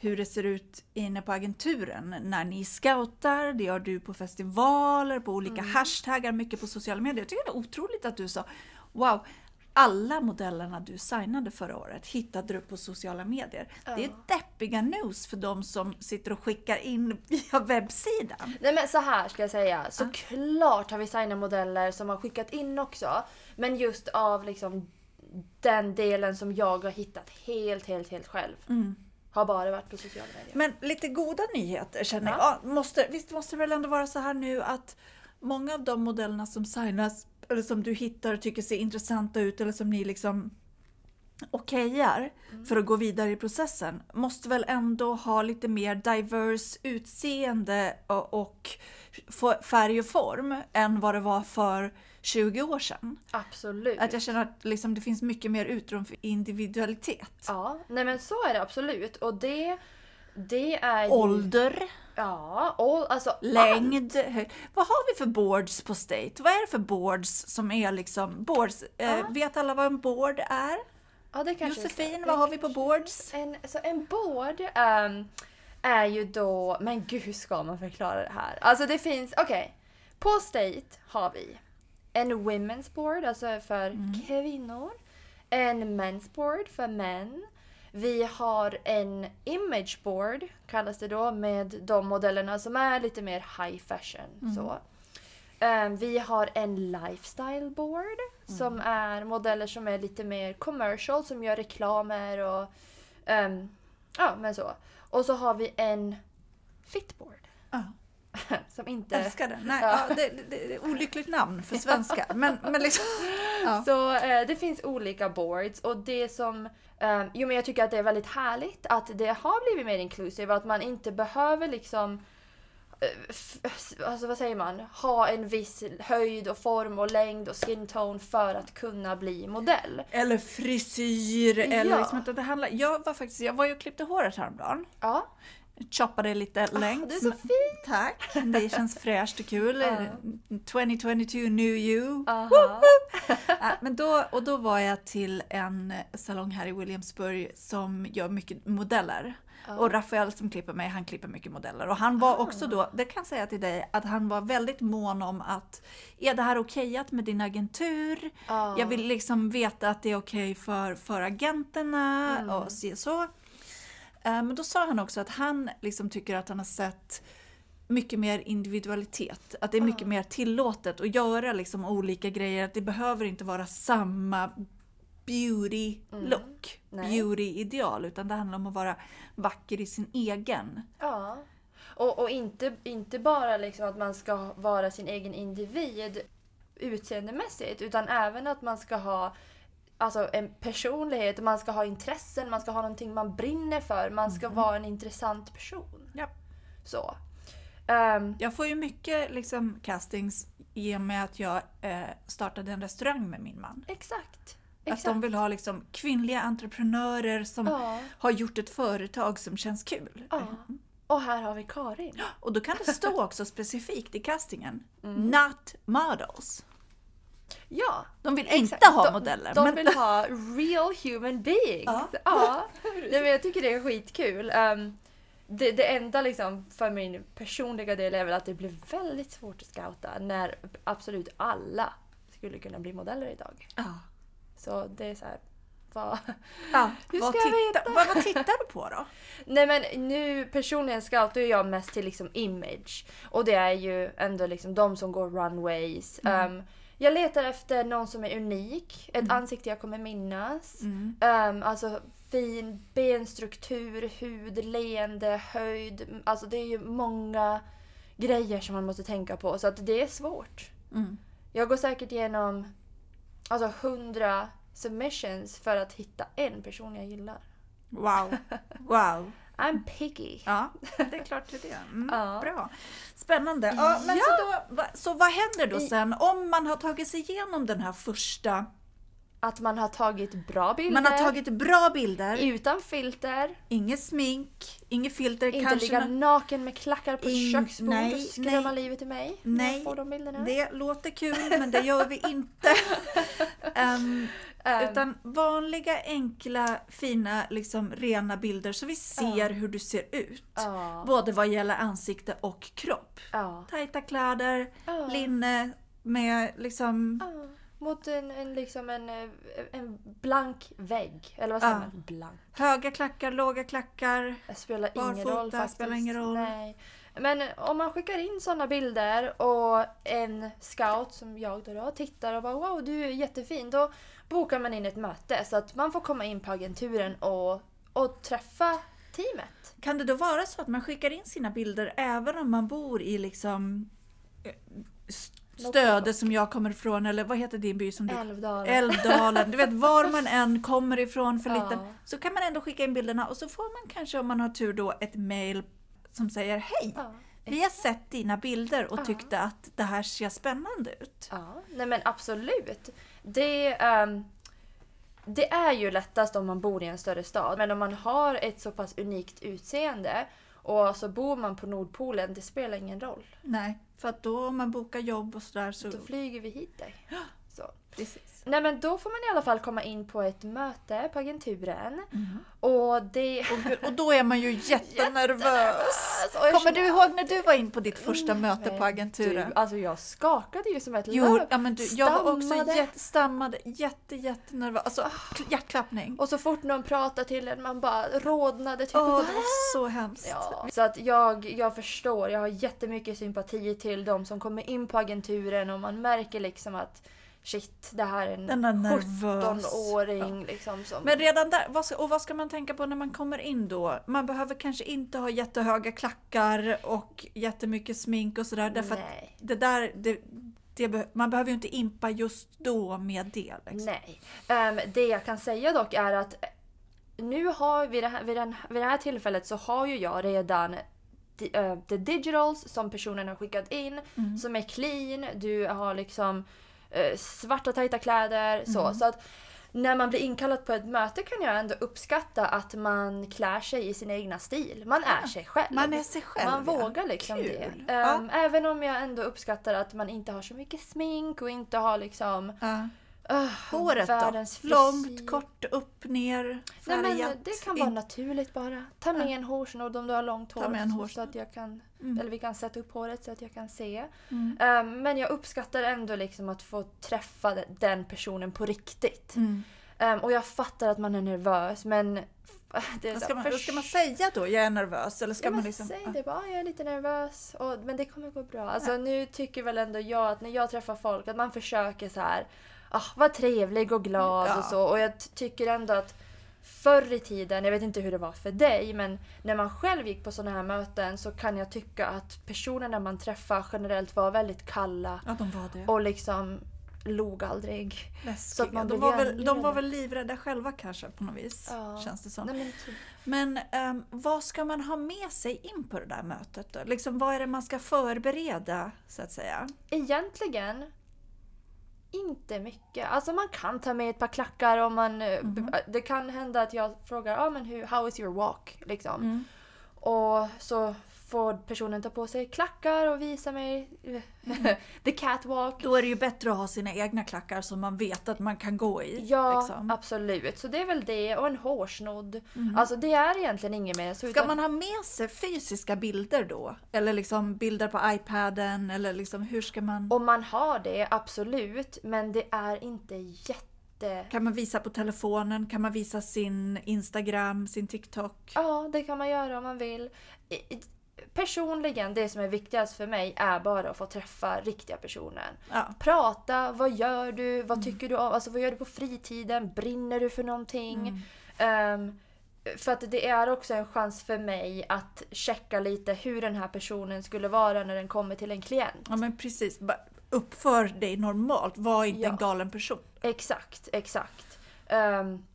Speaker 2: hur det ser ut inne på agenturen när ni scoutar, det gör du på festivaler, på olika hashtaggar, mycket på sociala medier. Jag tycker det är otroligt att du sa wow, alla modellerna du signade förra året hittade du på sociala medier. Det är deppiga news för de som sitter och skickar in via webbsidan.
Speaker 1: Nej men så här ska jag säga. Såklart har vi signat modeller som har skickat in också. Men just av liksom den delen som jag har hittat helt, helt, helt själv.
Speaker 2: Mm.
Speaker 1: Har bara varit på sociala medier.
Speaker 2: Men lite goda nyheter känner
Speaker 1: Ja.
Speaker 2: jag. Ja, måste, visst måste det väl ändå vara så här nu att många av de modellerna som signas eller som du hittar och tycker ser intressanta ut eller som ni liksom okejar för att gå vidare i processen måste väl ändå ha lite mer diverse utseende och, och få- färg och form än vad det var för 20 år sedan.
Speaker 1: Absolut.
Speaker 2: Att jag känner att liksom det finns mycket mer utrymme för individualitet.
Speaker 1: Ja, nej men så är det absolut. Och det, det är ju...
Speaker 2: Ålder.
Speaker 1: Ja, ål, alltså
Speaker 2: Längd, höjd. Vad har vi för boards på State? Vad är det för boards som är liksom boards? Eh, vet alla vad en board är?
Speaker 1: Ja, det kanske
Speaker 2: Josefin,
Speaker 1: inte-
Speaker 2: vad
Speaker 1: det
Speaker 2: har vi på
Speaker 1: kanske-
Speaker 2: boards?
Speaker 1: En, så en board ehm, är ju då... Men gud, hur ska man förklara det här? Alltså det finns... Okej. På State har vi en women's board, alltså för kvinnor. En men's board för män. Vi har en image board, kallas det då, med de modellerna som är lite mer high fashion. Så. Ehm, vi har en lifestyle board
Speaker 2: Mm.
Speaker 1: som är modeller som är lite mer commercial, som gör reklamer och ehm, ja, men så. Och så har vi en fitboard
Speaker 2: Ja,
Speaker 1: *laughs* som inte...
Speaker 2: älskar den. Nej,
Speaker 1: Ja.
Speaker 2: ja. det, det, det är ett olyckligt namn för svenska. Men,
Speaker 1: *laughs*
Speaker 2: men liksom, ja.
Speaker 1: Så eh, det finns olika boards och det som... Eh, jo men jag tycker att det är väldigt härligt att det har blivit mer inclusive, att man inte behöver liksom... eh, f- f- Alltså vad säger man? Ha en viss höjd och form och längd och skin tone för att kunna bli modell.
Speaker 2: Eller frisyr. Eller
Speaker 1: Ja.
Speaker 2: liksom att det handlar. Jag var faktiskt, jag var ju och klippte håret häromdagen.
Speaker 1: Ja.
Speaker 2: Choppade lite längd. Mm.
Speaker 1: det Ah, är så fint!
Speaker 2: Tack! Det känns fräscht och kul.
Speaker 1: Ja.
Speaker 2: 2022 new you.
Speaker 1: Aha.
Speaker 2: *laughs* Ja, Äh, men då, och då var jag till en eh, salong här i Williamsburg som gör mycket modeller. Och Rafael som klipper mig, han klipper mycket modeller. Och han var också då, det kan jag säga till dig, att han var väldigt mån om att är det här okejat med din agentur?
Speaker 1: Ja.
Speaker 2: Jag vill liksom veta att det är okej för, för agenterna och se så. Eh, Men då sa han också att han liksom tycker att han har sett mycket mer individualitet. Att det är mycket mer tillåtet att göra liksom olika grejer. Att det behöver inte vara samma beauty look,
Speaker 1: Mm. Nej.
Speaker 2: beauty ideal. Utan det handlar om att vara vacker i sin egen.
Speaker 1: Ja. Och, och inte, inte bara liksom att man ska vara sin egen individ utseendemässigt utan även att man ska ha alltså, en personlighet, man ska ha intressen, man ska ha någonting man brinner för, man
Speaker 2: Mm.
Speaker 1: ska vara en intressant person.
Speaker 2: Ja.
Speaker 1: Så. Ehm,
Speaker 2: Jag får ju mycket liksom, castings i och med att jag eh, startade en restaurang med min man.
Speaker 1: exakt.
Speaker 2: Att
Speaker 1: exakt.
Speaker 2: de vill ha liksom kvinnliga entreprenörer som
Speaker 1: Ja.
Speaker 2: har gjort ett företag som känns kul. Mm.
Speaker 1: ja. Och här har vi Karin.
Speaker 2: Och då kan det stå också *laughs* specifikt i castingen,
Speaker 1: Mm.
Speaker 2: not models.
Speaker 1: Ja.
Speaker 2: De vill
Speaker 1: Exakt.
Speaker 2: inte ha
Speaker 1: de,
Speaker 2: modeller.
Speaker 1: De
Speaker 2: men...
Speaker 1: vill ha real human beings. Ja.
Speaker 2: Ja. *laughs*
Speaker 1: Nej, men jag tycker det är skitkul. Ehm, det, det enda liksom för min personliga del är väl att det blir väldigt svårt att scouta när absolut alla skulle kunna bli modeller idag.
Speaker 2: ja.
Speaker 1: Så det är så här, vad...
Speaker 2: Ja,
Speaker 1: Hur
Speaker 2: vad,
Speaker 1: ska jag
Speaker 2: titta-
Speaker 1: veta?
Speaker 2: Vad, vad tittar du på då?
Speaker 1: Nej men nu personligen scoutar ju jag mest till liksom image. Och det är ju ändå liksom de som går runways. Ehm, jag letar efter någon som är unik, ett ansikte jag kommer minnas. Ehm, alltså fin benstruktur, hud, leende, höjd. Alltså det är ju många grejer som man måste tänka på så att det är svårt. Jag går säkert igenom alltså hundra submissions för att hitta en person jag gillar.
Speaker 2: Wow. Wow.
Speaker 1: I'm picky.
Speaker 2: Ja, det är klart det är det. Mm,
Speaker 1: Ja.
Speaker 2: Bra. Spännande. Ja, men så, då, va- så vad händer då
Speaker 1: I-
Speaker 2: sen om man har tagit sig igenom den här första?
Speaker 1: Att man har tagit bra bilder.
Speaker 2: Man har tagit bra bilder,
Speaker 1: utan filter.
Speaker 2: inget smink, inget filter.
Speaker 1: Inte
Speaker 2: kanske
Speaker 1: ligga
Speaker 2: nå-
Speaker 1: naken med klackar på
Speaker 2: In-
Speaker 1: ett köksbord
Speaker 2: nej,
Speaker 1: och skrämma
Speaker 2: nej.
Speaker 1: livet i mig. när jag
Speaker 2: Nej,
Speaker 1: Får de bilderna.
Speaker 2: det låter kul men det gör vi *laughs* inte. Ehm,
Speaker 1: Ehm,
Speaker 2: utan vanliga, enkla, fina, liksom rena bilder så vi ser hur du ser ut.
Speaker 1: ja,
Speaker 2: Både vad gäller ansikte och kropp.
Speaker 1: ja,
Speaker 2: Tajta kläder,
Speaker 1: ja,
Speaker 2: linne med liksom...
Speaker 1: ja. Mot en, en, liksom en, eh, en blank vägg. Eller vad säger
Speaker 2: Ja.
Speaker 1: man? Blank.
Speaker 2: Höga klackar, låga klackar.
Speaker 1: Det spelar ingen
Speaker 2: Barfota
Speaker 1: roll faktiskt.
Speaker 2: spelar ingen roll.
Speaker 1: Nej. Men eh, om man skickar in sådana bilder och en scout som jag då, då tittar och bara wow du är jättefin. Då bokar man in ett möte så att man får komma in på agenturen och, och träffa teamet.
Speaker 2: Kan det då vara så att man skickar in sina bilder även om man bor i liksom eh, s- Stöde som jag kommer ifrån eller vad heter din by som du
Speaker 1: Älvdalen.
Speaker 2: Älvdalen, du vet var
Speaker 1: *laughs*
Speaker 2: man än kommer ifrån för
Speaker 1: Ja.
Speaker 2: liten så kan man ändå skicka in bilderna och så får man kanske om man har tur då ett mail som säger Hej!
Speaker 1: ja.
Speaker 2: Vi har sett dina bilder och tyckte att det här ser spännande ut.
Speaker 1: ja, nej men absolut. Det, ehm, det är ju lättast om man bor i en större stad. Men om man har ett så pass unikt utseende och så bor man på Nordpolen, det spelar ingen roll.
Speaker 2: Nej, för att då om man bokar jobb och sådär så...
Speaker 1: Då flyger vi hit dig. Så.
Speaker 2: Precis.
Speaker 1: Nej men då får man i alla fall komma in på ett möte på agenturen. Och det...
Speaker 2: Mm-hmm. Och då är man ju jättenervös.
Speaker 1: Alltså, och jag
Speaker 2: Kommer
Speaker 1: känner- Mm,
Speaker 2: du ihåg när du var in på ditt första möte på
Speaker 1: Men
Speaker 2: agenturen?
Speaker 1: Du, alltså jag skakade ju som ett
Speaker 2: Jo, ja, men du, jag var också
Speaker 1: Stammade.
Speaker 2: jätte, stammade, jätte, jättenervös. Alltså kl- hjärtklappning.
Speaker 1: Och så fort någon pratade till en man bara rodnade. Typ,
Speaker 2: Åh, det var så hemskt.
Speaker 1: Ja. Så att jag, jag förstår, jag har jättemycket sympati till de som kommer in på agenturen och man märker liksom att shit, det här är en
Speaker 2: Den är nervös.
Speaker 1: 17-åring liksom som...
Speaker 2: Men redan där, vad ska, och vad ska man tänka på när man kommer in då? Man behöver kanske inte ha jättehöga klackar och jättemycket smink och sådär. Därför att
Speaker 1: Nej.
Speaker 2: det där, det, det, be- man behöver ju inte impa just då med det. Liksom.
Speaker 1: Nej. Ehm, det jag kan säga dock är att nu har vid det här, vid den, vid det här tillfället så har ju jag redan di- eh, the digitals som personen har skickat in
Speaker 2: Mm.
Speaker 1: som är clean, du har liksom eh, svarta tajta kläder
Speaker 2: Mm.
Speaker 1: så. så att när man blir inkallad på ett möte kan jag ändå uppskatta att man klär sig i sin egna stil. Man är sig själv.
Speaker 2: Man är sig själv.
Speaker 1: Man
Speaker 2: ja.
Speaker 1: vågar liksom
Speaker 2: Kul.
Speaker 1: det.
Speaker 2: Ja.
Speaker 1: Ehm, Även om jag ändå uppskattar att man inte har så mycket smink och inte har liksom
Speaker 2: Ja.
Speaker 1: Öh,
Speaker 2: Håret då?
Speaker 1: världens frisyr.
Speaker 2: Långt, kort, upp, ner,
Speaker 1: Nej,
Speaker 2: färgat.
Speaker 1: men Det kan vara
Speaker 2: in-
Speaker 1: naturligt bara. Ta med en hårsnodd om du har långt hår.
Speaker 2: Ta med en
Speaker 1: så- så
Speaker 2: hårsnodd.
Speaker 1: att jag kan,
Speaker 2: Mm.
Speaker 1: Eller vi kan sätta upp håret så att jag kan se.
Speaker 2: Mm.
Speaker 1: Ehm, men jag uppskattar ändå liksom att få träffa de- den personen på riktigt.
Speaker 2: Mm.
Speaker 1: Ehm, och jag fattar att man är nervös men... f- *laughs* Det är
Speaker 2: Vad
Speaker 1: så
Speaker 2: ska,
Speaker 1: här,
Speaker 2: man, vad
Speaker 1: förs-
Speaker 2: ska man säga då? Jag är nervös. Eller ska
Speaker 1: Ja,
Speaker 2: man
Speaker 1: men
Speaker 2: liksom,
Speaker 1: Säg
Speaker 2: ja.
Speaker 1: det bara, "Ah, jag är lite nervös. Och, men det kommer gå bra. Alltså, Nu tycker väl ändå jag att när jag träffar folk att man försöker så här, ah, vara trevlig och glad
Speaker 2: Ja.
Speaker 1: och så. Och jag t- tycker ändå att förr i tiden, jag vet inte hur det var för dig, men när man själv gick på sådana här möten så kan jag tycka att personerna man träffar generellt var väldigt kalla
Speaker 2: Ja, de var det.
Speaker 1: och liksom log aldrig. så att
Speaker 2: Läskiga.
Speaker 1: man
Speaker 2: De
Speaker 1: blev
Speaker 2: var,
Speaker 1: ännu
Speaker 2: väl, de var
Speaker 1: räddare.
Speaker 2: väl livrädda själva kanske på något vis.
Speaker 1: Ja.
Speaker 2: Känns det som.
Speaker 1: Nej, men typ.
Speaker 2: Men ehm, vad ska man ha med sig in på det där mötet då? Liksom, vad är det man ska förbereda så att säga?
Speaker 1: Egentligen inte mycket. Alltså man kan ta med ett par klackar om man... eh,
Speaker 2: Mhm.
Speaker 1: b- Det kan hända att jag frågar ah, men hur, “How is your walk?” liksom.
Speaker 2: Mm.
Speaker 1: Och så får personen ta på sig klackar och visa mig
Speaker 2: Mm.
Speaker 1: *laughs* the catwalk.
Speaker 2: Då är det ju bättre att ha sina egna klackar som man vet att man kan gå i.
Speaker 1: Ja,
Speaker 2: liksom. Mhm.
Speaker 1: absolut. Så det är väl det och en hårsnodd. Alltså det är egentligen inget mer. Så
Speaker 2: Ska
Speaker 1: utan,
Speaker 2: man ha med sig fysiska bilder då? Eller liksom bilder på iPaden? Eller liksom, hur ska man...
Speaker 1: Om man har det, absolut. Men det är inte jätte...
Speaker 2: Kan man visa på telefonen? Kan man visa sin Instagram, sin TikTok?
Speaker 1: Ja, det kan man göra om man vill. I- i- Personligen, det som är viktigast för mig är bara att få träffa riktiga personer.
Speaker 2: Ja. Mm.
Speaker 1: Prata, vad gör du, vad tycker du om, alltså vad gör du på fritiden, brinner du för någonting?
Speaker 2: Mm.
Speaker 1: Ehm, för att det är också en chans för mig att checka lite hur den här personen skulle vara när den kommer till en klient.
Speaker 2: ja, men precis. Bara Uppför dig normalt. Var inte
Speaker 1: Ja.
Speaker 2: en galen person.
Speaker 1: Exakt, exakt. Ehm,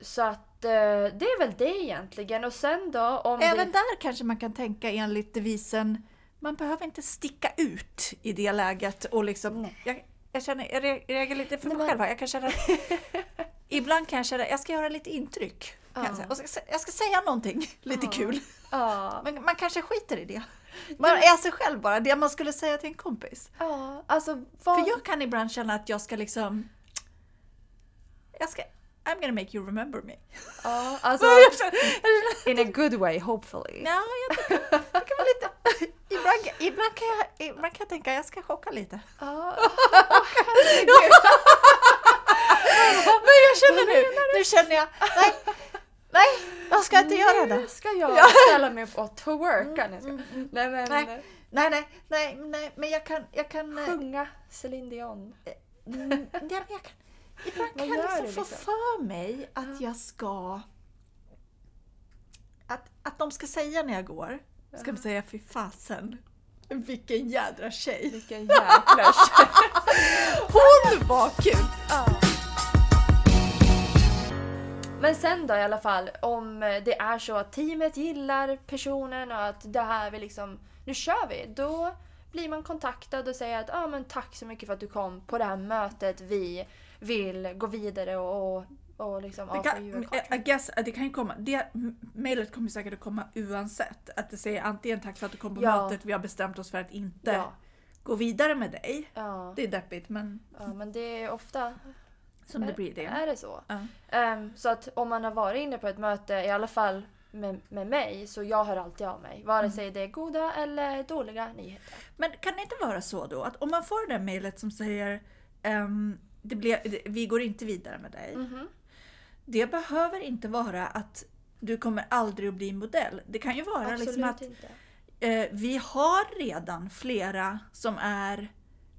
Speaker 1: så att eh, det är väl det egentligen. Och sen då om
Speaker 2: Även
Speaker 1: det...
Speaker 2: där kanske man kan tänka enligt devisen man behöver inte sticka ut i det läget. Och liksom,
Speaker 1: Nej.
Speaker 2: jag, jag, känner, jag re- reagerar lite för mig
Speaker 1: Nej, men-
Speaker 2: själv här. Jag kan känna,
Speaker 1: *laughs*
Speaker 2: ibland kan jag känna jag ska göra lite intryck.
Speaker 1: Ja.
Speaker 2: Kan jag, säga. Och så- jag ska säga någonting *laughs* lite kul.
Speaker 1: Ja,
Speaker 2: Men man kanske skiter i det. Man är sig själv bara, det man skulle säga till en kompis.
Speaker 1: ja, alltså vad...
Speaker 2: För jag kan ibland känna att jag ska liksom... Jag ska... I'm gonna make you remember me.
Speaker 1: Ja, alltså,
Speaker 2: *laughs* Jag känner, jag känner,
Speaker 1: in a good way hopefully.
Speaker 2: Ja, jag tycker, jag kan vara lite, ibland, ibland, kan jag, ibland kan jag tänka jag ska chocka lite.
Speaker 1: Ja,
Speaker 2: Men jag känner nu, nu känner jag, nej, nej, jag ska inte göra
Speaker 1: nu
Speaker 2: det.
Speaker 1: ska jag ställa mig upp och to work. Nej, jag ska- Nej men, eh,
Speaker 2: Nej, nej, nej, nej, nej men jag kan, jag kan, eh,
Speaker 1: sjunga Céline Dion.
Speaker 2: mm, nej, men jag kan ibland
Speaker 1: Vad
Speaker 2: kan jag
Speaker 1: gör
Speaker 2: liksom
Speaker 1: du
Speaker 2: få
Speaker 1: liksom?
Speaker 2: för mig att jag ska, att, att de ska säga när jag går, ska de säga fy fasen, vilken jädra tjej.
Speaker 1: Vilken jäkla *laughs* tjej.
Speaker 2: Hon var kul!
Speaker 1: Men sen då i alla fall, om eh, det är så att teamet gillar personen och att det här vi liksom, nu kör vi. Då blir man kontaktad och säger att ah, men tack så mycket för att du kom på det här mötet. Vi vill gå vidare och, och, och liksom
Speaker 4: Det
Speaker 1: offer you
Speaker 4: kan,
Speaker 1: a
Speaker 2: eh.
Speaker 1: contract.
Speaker 4: I guess, det kan ju komma, det, mejlet kommer säkert att komma oavsett. Att det säger antingen tack för att du kom på
Speaker 1: Ja.
Speaker 4: mötet, vi har bestämt oss för att inte
Speaker 1: Ja,
Speaker 4: gå vidare med dig.
Speaker 1: ja,
Speaker 4: Det är deppigt men
Speaker 1: ja, men det är ofta
Speaker 4: som det blir det.
Speaker 1: Är det så?
Speaker 4: Ja.
Speaker 1: Ehm, så att om man har varit inne på ett möte, i alla fall med, med mig, så jag hör alltid av mig.
Speaker 4: Mm.
Speaker 1: Vare sig det är goda eller dåliga nyheter.
Speaker 4: Men kan det inte vara så då att om man får det där mejlet som säger ehm, det blev, det- vi går inte vidare med dig.
Speaker 1: Mhm.
Speaker 4: Det behöver inte vara att du kommer aldrig att bli modell. Det kan ju vara
Speaker 1: Absolut
Speaker 4: liksom att
Speaker 1: inte.
Speaker 4: eh, vi har redan flera som är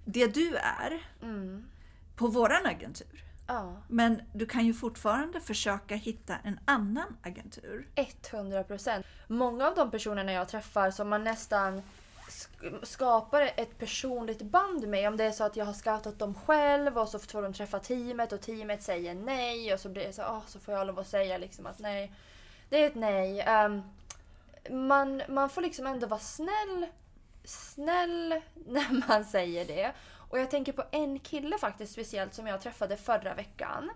Speaker 4: det du är
Speaker 1: Mm.
Speaker 4: på våran agentur.
Speaker 1: Ja,
Speaker 4: Men du kan ju fortfarande försöka hitta en annan agentur.
Speaker 1: 100 procent. Många av de personerna jag träffar som man nästan sk- skapar ett personligt band med. Om det är så att jag har scoutat dem själv och så får de träffa teamet och teamet säger nej och så blir det så, ah, så får jag lov att säga liksom att nej, det är ett nej. Ehm, man, man får liksom ändå vara snäll, snäll *laughs* när man säger det. Och jag tänker på en kille faktiskt speciellt som jag träffade förra veckan.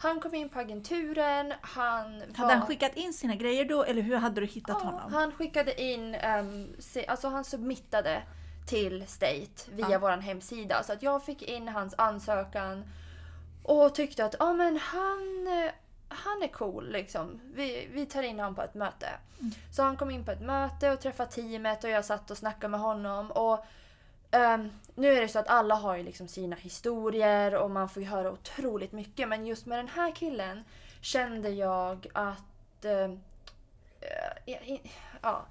Speaker 1: Han kom in på agenturen, han
Speaker 4: Mm. Hade han skickat in sina grejer då eller hur hade du hittat
Speaker 1: Ja,
Speaker 4: honom?
Speaker 1: Han skickade in, ehm, se- alltså han submittade till State via vår hemsida. Så att jag fick in hans ansökan och tyckte att ah, men han, eh, han är cool. Liksom. Vi, vi tar in honom på ett möte.
Speaker 4: Mm.
Speaker 1: Så han kom in på ett möte och träffade teamet och jag satt och snackade med honom. Och Ehm, nu är det så att alla har ju liksom sina historier och man får ju höra otroligt mycket men just med den här killen kände jag att... ehm, eh, i- ja,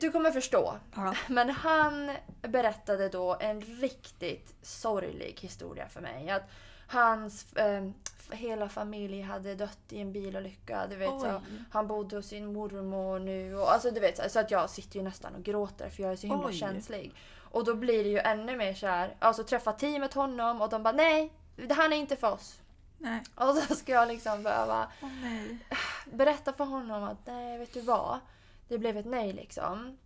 Speaker 1: du kommer förstå.
Speaker 4: Ja.
Speaker 1: *laughs* Men han berättade då en riktigt sorglig historia för mig. Att hans ehm, f- hela familj hade dött i en bilolycka. Du vet, så,
Speaker 2: Oj.
Speaker 1: han bodde hos sin mormor nu. Och, alltså, du vet, så, så att jag sitter ju nästan och gråter för jag är så himla
Speaker 4: Oj.
Speaker 1: känslig. Och då blir det ju ännu mer så här, alltså träffa teamet honom och de bara nej, det här är inte för oss.
Speaker 4: Nej.
Speaker 1: Och så ska jag liksom behöva
Speaker 4: Åh, nej.
Speaker 1: berätta för honom att nej, vet du vad? Det blev ett nej liksom.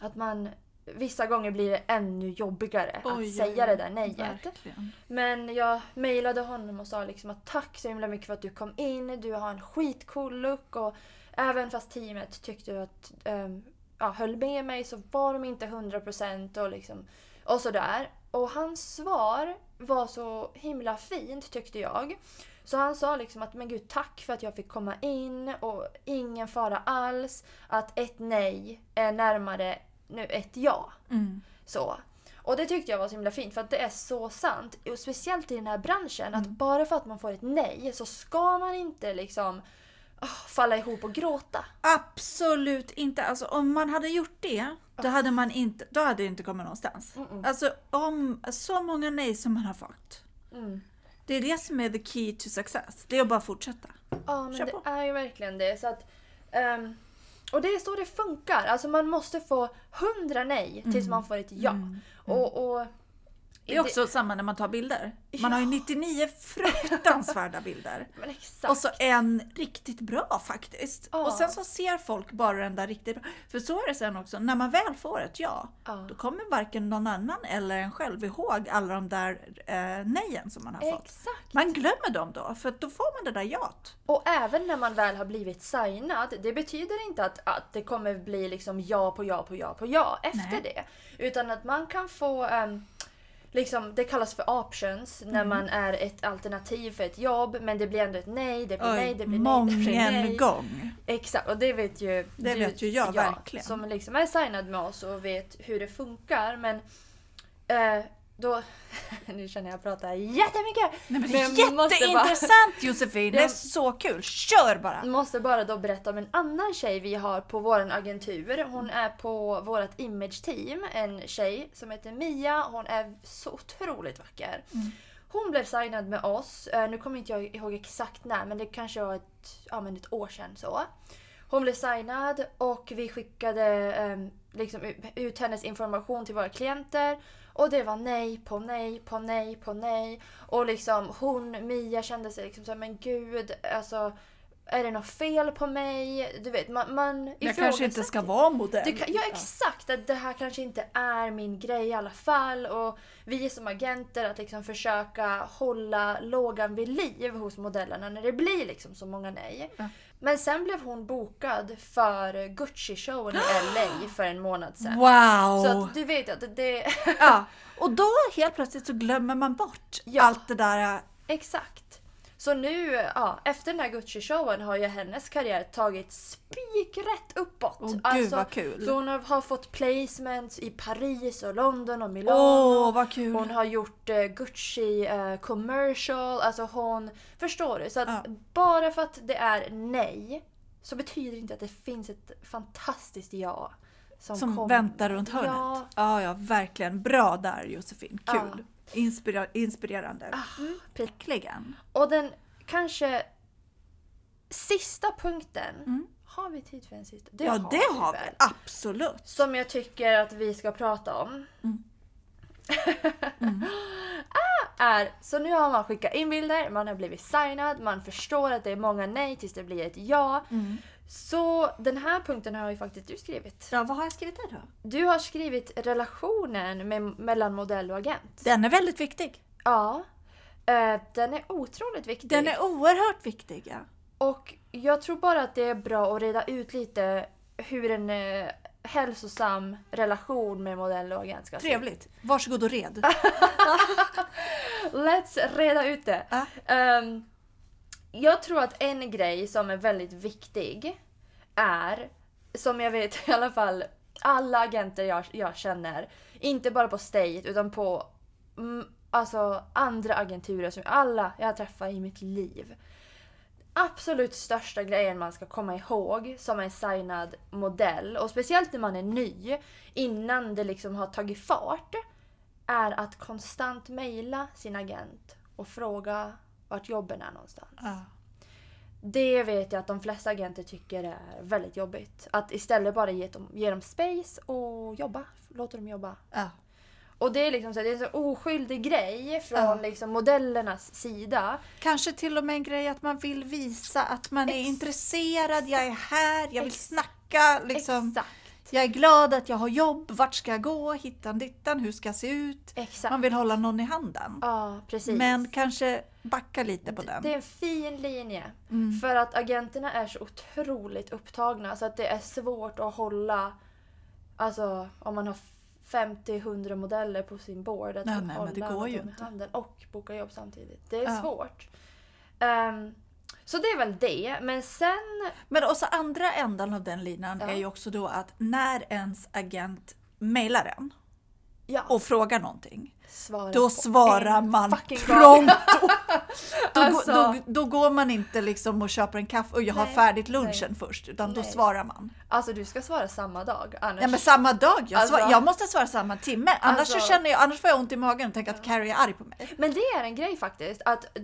Speaker 1: Att man, vissa gånger blir det ännu jobbigare
Speaker 2: Oj,
Speaker 1: att säga
Speaker 2: oj,
Speaker 1: det där nejet.
Speaker 4: Verkligen.
Speaker 1: Men jag mejlade honom och sa liksom att tack så himla mycket för att du kom in. Du har en skitcool look och även fast teamet tyckte att ehm, ja, höll med mig så var de inte 100% och liksom och sådär. Och hans svar var så himla fint tyckte jag. Så han sa liksom att men gud tack för att jag fick komma in och ingen fara alls. Att ett nej är närmare nu ett ja.
Speaker 4: Mm.
Speaker 1: Så. Och det tyckte jag var så himla fint för att det är så sant. Och speciellt i den här branschen att
Speaker 2: Mm.
Speaker 1: bara för att man får ett nej så ska man inte liksom ah, falla ihop och gråta.
Speaker 4: Absolut inte. Alltså, om man hade gjort det, då
Speaker 1: Ah.
Speaker 4: hade, man inte, då hade det inte kommit någonstans. Alltså, om så många nej som man har fått.
Speaker 1: Mm.
Speaker 4: Det är det som är the key to success. Det är att bara fortsätta.
Speaker 1: Ja men
Speaker 4: Kör
Speaker 1: det
Speaker 4: på.
Speaker 1: är ju verkligen det. Så att, ehm, och det är så det funkar. Alltså man måste få hundra nej tills man får ett ja. Och, och
Speaker 2: Mm. Det är också samma när man tar bilder. Man har ju 99 fruktansvärda *laughs* bilder.
Speaker 1: Men exakt.
Speaker 2: Och så en riktigt bra faktiskt.
Speaker 1: Ja.
Speaker 2: Och sen så ser folk bara den där riktigt bra. För så är det sen också, när man väl får ett ja,
Speaker 1: Ja.
Speaker 2: då kommer varken någon annan eller en själv ihåg alla de där eh, nejen som man har fått.
Speaker 1: Exakt.
Speaker 2: Man glömmer dem då, för att då får man det där jaet.
Speaker 1: Och även när man väl har blivit signad, det betyder inte att, att det kommer bli liksom ja på ja på ja på ja efter det. Utan att man kan få, ehm, liksom, det kallas för options,
Speaker 2: Mm.
Speaker 1: när man är ett alternativ för ett jobb men det blir ändå ett nej, det blir nej, det blir nej, det blir nej.
Speaker 2: Mången gång.
Speaker 1: Exakt, och det vet ju
Speaker 2: Det vet ju jag, verkligen.
Speaker 1: Som liksom är signad med oss och vet hur det funkar. Men eh, då... *laughs* nu känner jag att jag pratar jättemycket!
Speaker 2: Nej, men det
Speaker 1: Men jag måste
Speaker 2: är
Speaker 1: bara-
Speaker 2: jätteintressant Josefin! Det är
Speaker 1: Jag-
Speaker 2: så kul, kör bara!
Speaker 1: Måste bara då berätta om en annan tjej vi har på våran agentur. Hon är på vårt image-team. En tjej som heter Mia. Hon är så otroligt vacker. Hon blev signad med oss. Eh, Nu kommer inte jag ihåg exakt när men det kanske var ett, ja, men ett år sedan. så. Hon blev signad och vi skickade ehm, liksom ut hennes information till våra klienter. Och det var nej på nej på nej på nej. Och liksom hon, Mia, kände sig liksom såhär, men gud, alltså är det något fel på mig? Du vet, man, man
Speaker 2: Jag kanske inte
Speaker 1: ifrågasätter-
Speaker 2: ska vara modell.
Speaker 1: det kan, ja exakt, att det här kanske inte är min grej i alla fall. Och vi som agenter att liksom försöka hålla lågan vid liv hos modellerna när det blir liksom så många nej. Men sen blev hon bokad för
Speaker 2: *gasps*
Speaker 1: Gucci-showen i LA för en månad sedan.
Speaker 2: Wow!
Speaker 1: Så att du vet att det...
Speaker 2: Ja, och då helt plötsligt så glömmer man bort
Speaker 1: Ja.
Speaker 2: allt det där. äh,
Speaker 1: Exakt. Så nu, ja, efter den här Gucci-showen har ju hennes karriär tagit spikrätt uppåt. Alltså,
Speaker 2: Åh, gud, vad kul.
Speaker 1: Så hon har- har fått placements i Paris och London och Milano.
Speaker 2: Åh, vad kul.
Speaker 1: Hon har gjort eh, Gucci eh, commercial, alltså hon... Förstår du? Så att
Speaker 2: Ja.
Speaker 1: bara för att det är nej så betyder det inte att det finns ett fantastiskt ja som,
Speaker 2: Som
Speaker 1: kommer.
Speaker 2: väntar runt hörnet.
Speaker 1: Ja.
Speaker 2: Ja. ja, verkligen. Bra där Josefin. Kul. Inspira- inspirerande.
Speaker 1: precis.
Speaker 2: Verkligen.
Speaker 1: Och den kanske sista punkten. Har vi tid för en sista? Det
Speaker 2: Mm. Ja, det har
Speaker 1: väl.
Speaker 2: vi. Absolut.
Speaker 1: Som jag tycker att vi ska prata om.
Speaker 2: Mm.
Speaker 1: *laughs* ah, är, så nu har man skickat in bilder, man har blivit signad, man förstår att det är många nej tills det blir ett ja.
Speaker 2: Mm.
Speaker 1: Så den här punkten har ju faktiskt du skrivit.
Speaker 2: Ja, vad har jag skrivit där då?
Speaker 1: Du har skrivit relationen med, mellan modell och agent.
Speaker 2: Den är väldigt viktig.
Speaker 1: Ja. Eh, Den är otroligt viktig.
Speaker 2: Den är oerhört viktig. Ja.
Speaker 1: Och jag tror bara att det är bra att reda ut lite hur en eh, hälsosam relation med modell och agent ska se ut.
Speaker 2: Trevligt. Varsågod och red.
Speaker 1: Let's reda ut det.
Speaker 2: Ja.
Speaker 1: Ehm, jag tror att en grej som är väldigt viktig är, som jag vet i alla fall alla agenter jag, jag känner, inte bara på State utan på mm, alltså andra agenturer som alla jag har träffat i mitt liv. Absolut största grejen man ska komma ihåg som en signad modell och speciellt när man är ny innan det liksom har tagit fart är att konstant mejla sin agent och fråga vart jobben är någonstans.
Speaker 2: Ja.
Speaker 1: Det vet jag att de flesta agenter tycker är väldigt jobbigt. Att istället bara ge dem, ge dem space och jobba. Låter dem jobba.
Speaker 2: Ja.
Speaker 1: Och det är liksom så, här, det är en så oskyldig grej från
Speaker 2: Ja.
Speaker 1: liksom modellernas sida.
Speaker 2: Kanske till och med en grej att man vill visa att man är
Speaker 1: Ex-
Speaker 2: intresserad. Jag är här, jag vill
Speaker 1: Ex-
Speaker 2: snacka. Liksom.
Speaker 1: Exakt.
Speaker 2: Jag är glad att jag har jobb. Vart ska jag gå? Hittan dittan. Hur ska jag se ut?
Speaker 1: Exakt.
Speaker 2: Man vill hålla någon i handen.
Speaker 1: Ja, precis.
Speaker 2: Men kanske backa lite på den.
Speaker 1: Det är en fin linje.
Speaker 2: Mm.
Speaker 1: För att agenterna är så otroligt upptagna så att det är svårt att hålla, alltså om man har 50-100 modeller på sin board, att
Speaker 2: Nej, nej, men
Speaker 1: hålla
Speaker 2: det går
Speaker 1: alla
Speaker 2: ju
Speaker 1: dem i
Speaker 2: inte.
Speaker 1: handen och boka jobb samtidigt. Det är
Speaker 2: Ja.
Speaker 1: svårt. Ehm, så det är väl det, men sen...
Speaker 2: Men också andra ändan av den linan
Speaker 1: Ja.
Speaker 2: är ju också då att när ens agent mejlar en
Speaker 1: Ja,
Speaker 2: och frågar någonting,
Speaker 1: svara
Speaker 2: då
Speaker 1: på
Speaker 2: svarar
Speaker 1: en
Speaker 2: man
Speaker 1: fucking gång. *laughs*
Speaker 2: prompt. Då, går-
Speaker 1: Alltså.
Speaker 2: då, då går man inte liksom och köper en kaffe och jag har
Speaker 1: Nej,
Speaker 2: färdigt lunchen
Speaker 1: nej.
Speaker 2: först, utan då
Speaker 1: Nej.
Speaker 2: svarar man.
Speaker 1: Alltså du ska svara samma dag annars...
Speaker 2: Ja, men samma dag, jag,
Speaker 1: Alltså.
Speaker 2: svar, jag måste svara samma timme. Annars, så
Speaker 1: Alltså.
Speaker 2: känner jag, annars får jag ont i magen och tänker att Carrie är arg på mig.
Speaker 1: Men det är en grej faktiskt att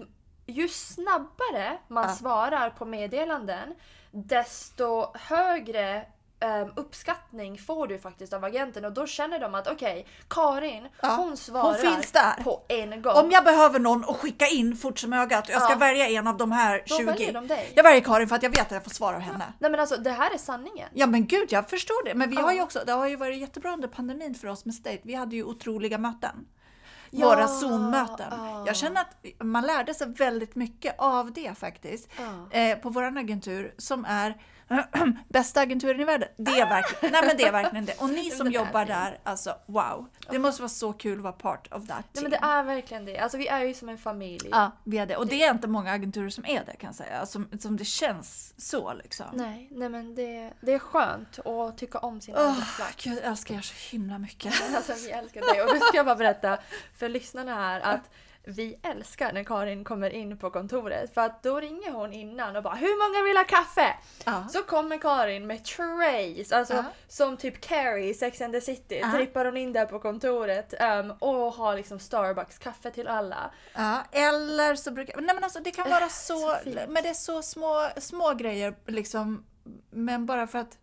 Speaker 1: ju snabbare man
Speaker 2: Ja.
Speaker 1: svarar på meddelanden desto högre ehm, uppskattning får du faktiskt av agenten och då känner de att okej, Karin,
Speaker 2: Ja,
Speaker 1: hon svarar
Speaker 2: finns där.
Speaker 1: på en gång.
Speaker 2: Om jag behöver någon att skicka in fort som ögat, jag ska
Speaker 1: Ja.
Speaker 2: välja en av de här
Speaker 1: Då
Speaker 2: 20.
Speaker 1: väljer de dig.
Speaker 2: Jag väljer Karin för att jag vet att jag får svara av henne.
Speaker 1: Nej men alltså det här är sanningen.
Speaker 2: Ja men gud, jag förstår det. Men vi har ju också, det har ju varit jättebra under pandemin för oss med State. Vi hade ju otroliga möten.
Speaker 1: Ja,
Speaker 2: Våra Zoom-möten.
Speaker 1: ja.
Speaker 2: Jag känner att man lärde sig väldigt mycket av det faktiskt.
Speaker 1: Ja.
Speaker 2: Eh, på våran agentur som är *clears throat* bästa agenturen i världen. Det
Speaker 1: *laughs*
Speaker 2: är, verkligen, nej, men det är verkligen det. Och ni som
Speaker 1: Det är
Speaker 2: jobbar
Speaker 1: det.
Speaker 2: där, alltså wow. Det måste vara så kul att vara part of that
Speaker 1: Nej
Speaker 2: team.
Speaker 1: men det är verkligen det. Alltså vi är ju som en familj.
Speaker 2: Ja, vi är det. Och det är inte många agenturer som är det kan jag säga. Som, som det känns så liksom.
Speaker 1: Nej, nej men det, det är skönt att tycka om sin
Speaker 2: Åh,
Speaker 1: arbetsplats.
Speaker 2: Gud, jag älskar er så himla mycket.
Speaker 1: *laughs* Alltså vi älskar dig. Och nu ska jag bara berätta för lyssnarna här att vi älskar när Karin kommer in på kontoret för att då ringer hon innan och bara “Hur många vill ha kaffe?”
Speaker 2: Ja.
Speaker 1: Så kommer Karin med trays, alltså
Speaker 2: Ja.
Speaker 1: som typ Carrie i Sex and the City.
Speaker 2: Ja.
Speaker 1: Trippar hon in där på kontoret ehm, och har liksom Starbucks kaffe till alla.
Speaker 2: Ja, eller så brukar... Nej men alltså det kan vara så...
Speaker 1: så fint.
Speaker 2: men det är så små, små grejer liksom. Men bara för att